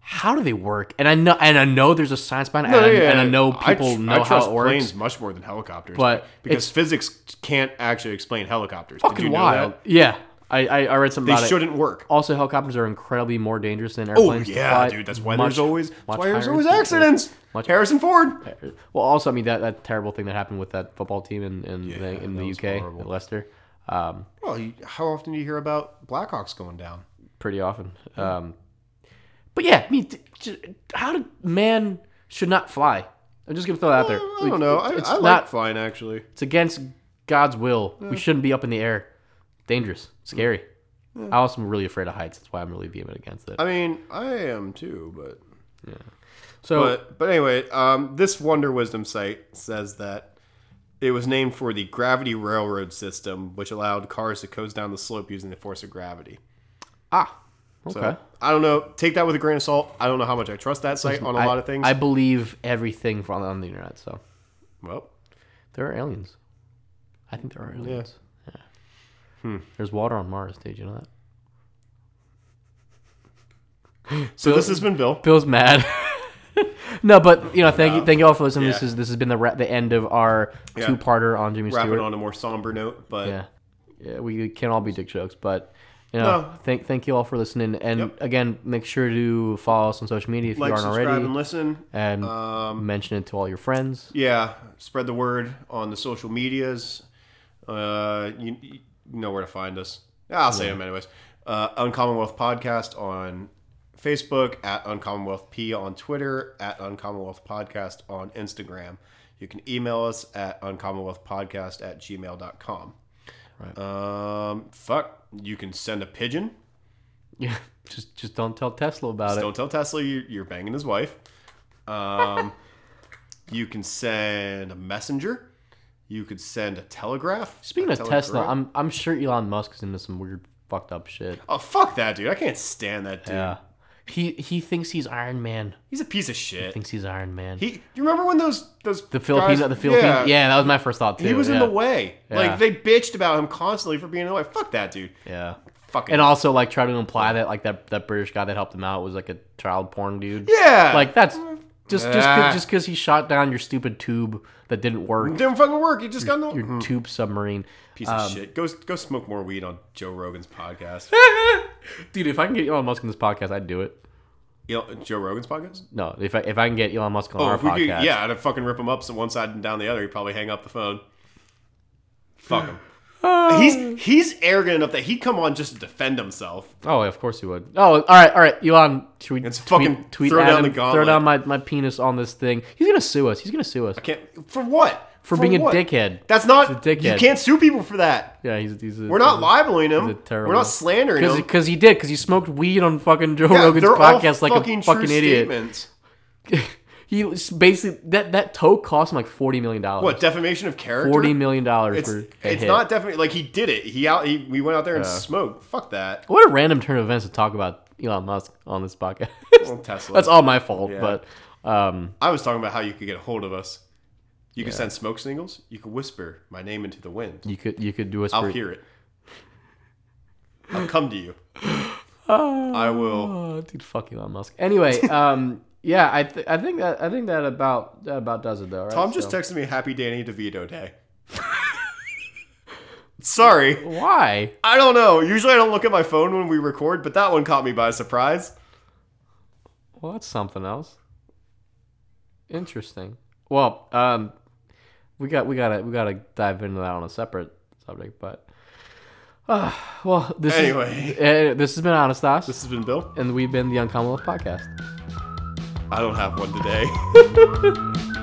Speaker 2: how do they work? And I know, and I know there's a science behind it, and, I, and I know people
Speaker 1: Oh, tr-
Speaker 2: know how it works.
Speaker 1: planes much more than helicopters,
Speaker 2: But
Speaker 1: because physics can't actually explain helicopters. Did
Speaker 2: Fucking
Speaker 1: you know
Speaker 2: wild.
Speaker 1: that?
Speaker 2: Yeah, I, I I read something
Speaker 1: They
Speaker 2: about it.
Speaker 1: shouldn't work.
Speaker 2: Also, helicopters are incredibly more dangerous
Speaker 1: Oh
Speaker 2: than airplanes. to
Speaker 1: yeah,
Speaker 2: fly.
Speaker 1: dude. That's why
Speaker 2: Much-
Speaker 1: there's always that's
Speaker 2: much
Speaker 1: why there's
Speaker 2: higher
Speaker 1: always
Speaker 2: altitude.
Speaker 1: accidents.
Speaker 2: much-
Speaker 1: Harrison Ford.
Speaker 2: Well, also, I mean that, that terrible thing that happened with that football team in in the, in
Speaker 1: that
Speaker 2: the
Speaker 1: was
Speaker 2: UK,
Speaker 1: horrible.
Speaker 2: at Leicester. Um,
Speaker 1: Well, you, how often do you hear about Blackhawks going down?
Speaker 2: pretty often. Um, but yeah, I mean, d- j- how did man should not fly? I'm just gonna throw that out there.
Speaker 1: Uh, I don't know. I,
Speaker 2: It's
Speaker 1: I like
Speaker 2: not.
Speaker 1: flying actually.
Speaker 2: It's against God's will. We shouldn't be up in the air. Dangerous, scary. I also am really afraid of heights. That's why I'm really vehement against it.
Speaker 1: I mean, I am too, but
Speaker 2: So
Speaker 1: But but anyway, um, this Wonder Wisdom site says that it was named for the gravity railroad system, which allowed cars to coast down the slope using the force of gravity.
Speaker 2: ah, okay.
Speaker 1: So, I don't know. Take that with a grain of salt. I don't know how much I trust that site on a
Speaker 2: I-
Speaker 1: lot of things.
Speaker 2: I believe everything from on the internet. So
Speaker 1: well,
Speaker 2: there are aliens. I think there are aliens. Yeah.
Speaker 1: Hmm.
Speaker 2: There's water on Mars. Did you know that?
Speaker 1: so this has been Bill.
Speaker 2: Bill's mad. no, but you know, thank you, thank you all for listening. This
Speaker 1: Yeah.
Speaker 2: is this has been the ra- the end of our
Speaker 1: Yeah.
Speaker 2: two parter on Jimmy
Speaker 1: Wrapping
Speaker 2: Stewart.
Speaker 1: on a more somber note, but
Speaker 2: Yeah, yeah, we can all be dick jokes, but you know,
Speaker 1: No.
Speaker 2: thank thank you all for listening. And again, make sure to follow us on social media if
Speaker 1: like,
Speaker 2: you aren't
Speaker 1: subscribe,
Speaker 2: already,
Speaker 1: and um, listen.
Speaker 2: and mention it to all your friends.
Speaker 1: Yeah, spread the word on the social medias. Uh, you, you know where to find us. I'll say them anyways. Uh, Uncommonwealth Podcast on Facebook, at Uncommonwealth P on Twitter, at Uncommonwealth Podcast on Instagram. You can email us at uncommonwealthpodcast at gmail.com.
Speaker 2: Right.
Speaker 1: Um, fuck, you can send a pigeon.
Speaker 2: Yeah, just just don't tell Tesla about it.
Speaker 1: Don't tell Tesla you, you're banging his wife. Um, you can send a messenger. You could send a telegraph.
Speaker 2: Speaking
Speaker 1: A
Speaker 2: of Tesla,
Speaker 1: telegram.
Speaker 2: I'm I'm sure Elon Musk is into some weird fucked up shit.
Speaker 1: oh fuck that dude! I can't stand that dude.
Speaker 2: Yeah. He he thinks he's Iron Man.
Speaker 1: He's a piece of shit.
Speaker 2: Thinks he's Iron Man.
Speaker 1: He, you remember when those those
Speaker 2: the Philippines,
Speaker 1: guys-
Speaker 2: the Philippines. Yeah.
Speaker 1: yeah,
Speaker 2: that was my first thought too.
Speaker 1: he was
Speaker 2: yeah.
Speaker 1: in the way.
Speaker 2: Yeah.
Speaker 1: Like they bitched about him constantly for being in the way. Fuck that dude.
Speaker 2: Yeah.
Speaker 1: Fucking
Speaker 2: And also like try to imply that like that that British guy that helped him out was like a child porn dude.
Speaker 1: yeah,
Speaker 2: Like that's just just
Speaker 1: Ah.
Speaker 2: 'cause- just because he shot down your stupid tube that didn't work,
Speaker 1: didn't fucking work. He just got no
Speaker 2: your tube submarine.
Speaker 1: piece of shit. Go go smoke more weed on Joe Rogan's podcast.
Speaker 2: Dude, if I can get Elon Musk on this podcast, I'd do it.
Speaker 1: El- Joe Rogan's podcast.
Speaker 2: No, if I if I can get Elon Musk on
Speaker 1: Oh,
Speaker 2: our
Speaker 1: if we
Speaker 2: podcast,
Speaker 1: could, yeah, I'd fucking rip him up so one side and down the other. He'd probably hang up the phone. Fuck him. he's he's arrogant enough that he'd come on just to defend himself.
Speaker 2: Oh, of course he would. Oh, all right, all right, Elon. Should we
Speaker 1: Let's
Speaker 2: tweet,
Speaker 1: fucking
Speaker 2: tweet
Speaker 1: throw
Speaker 2: at
Speaker 1: down
Speaker 2: him,
Speaker 1: the
Speaker 2: Throw
Speaker 1: gauntlet.
Speaker 2: down my, my penis on this thing. He's gonna sue us. He's gonna sue us
Speaker 1: Can't for what?
Speaker 2: for, being
Speaker 1: what?
Speaker 2: a dickhead.
Speaker 1: That's not.
Speaker 2: He's a dickhead.
Speaker 1: You can't sue people for that.
Speaker 2: Yeah, he's, he's a,
Speaker 1: We're not libeling him.
Speaker 2: a terrible-
Speaker 1: We're not slandering him.
Speaker 2: because he did because he smoked weed on fucking Joe
Speaker 1: Yeah,
Speaker 2: Rogan's
Speaker 1: they're all
Speaker 2: podcast like a fucking
Speaker 1: true
Speaker 2: idiot.
Speaker 1: Statements.
Speaker 2: he was basically that that toe cost him like forty million dollars.
Speaker 1: What defamation of character?
Speaker 2: Forty million dollars
Speaker 1: It's,
Speaker 2: for a
Speaker 1: it's
Speaker 2: hit. Uh.
Speaker 1: not defamation. Like he did it. He out. He, we went out there and smoked. Fuck that.
Speaker 2: What a random turn of events to talk about Elon Musk on this podcast.
Speaker 1: Well, Tesla.
Speaker 2: That's all my fault, but um,
Speaker 1: I was talking about how you could get a hold of us. You could send smoke signals. You could whisper my name into the wind.
Speaker 2: you could you could do a
Speaker 1: I'll hear it. I'll come to you. I will.
Speaker 2: Oh, dude, fuck Elon Musk. Anyway, um, yeah, I, th- I think that I think that about that about does it though. Right?
Speaker 1: Tom just
Speaker 2: So-
Speaker 1: texted me Happy Danny DeVito Day. Sorry.
Speaker 2: why?
Speaker 1: I don't know. Usually I don't look at my phone when we record, but that one caught me by surprise.
Speaker 2: Well, that's something else. Interesting. Well, um, we got we gotta we gotta dive into that on a separate subject, but uh, well, this
Speaker 1: Anyway,
Speaker 2: is, uh, this has been honest Us,
Speaker 1: this has been Bill.
Speaker 2: and we've been the Uncommon Love podcast.
Speaker 1: I don't have one today.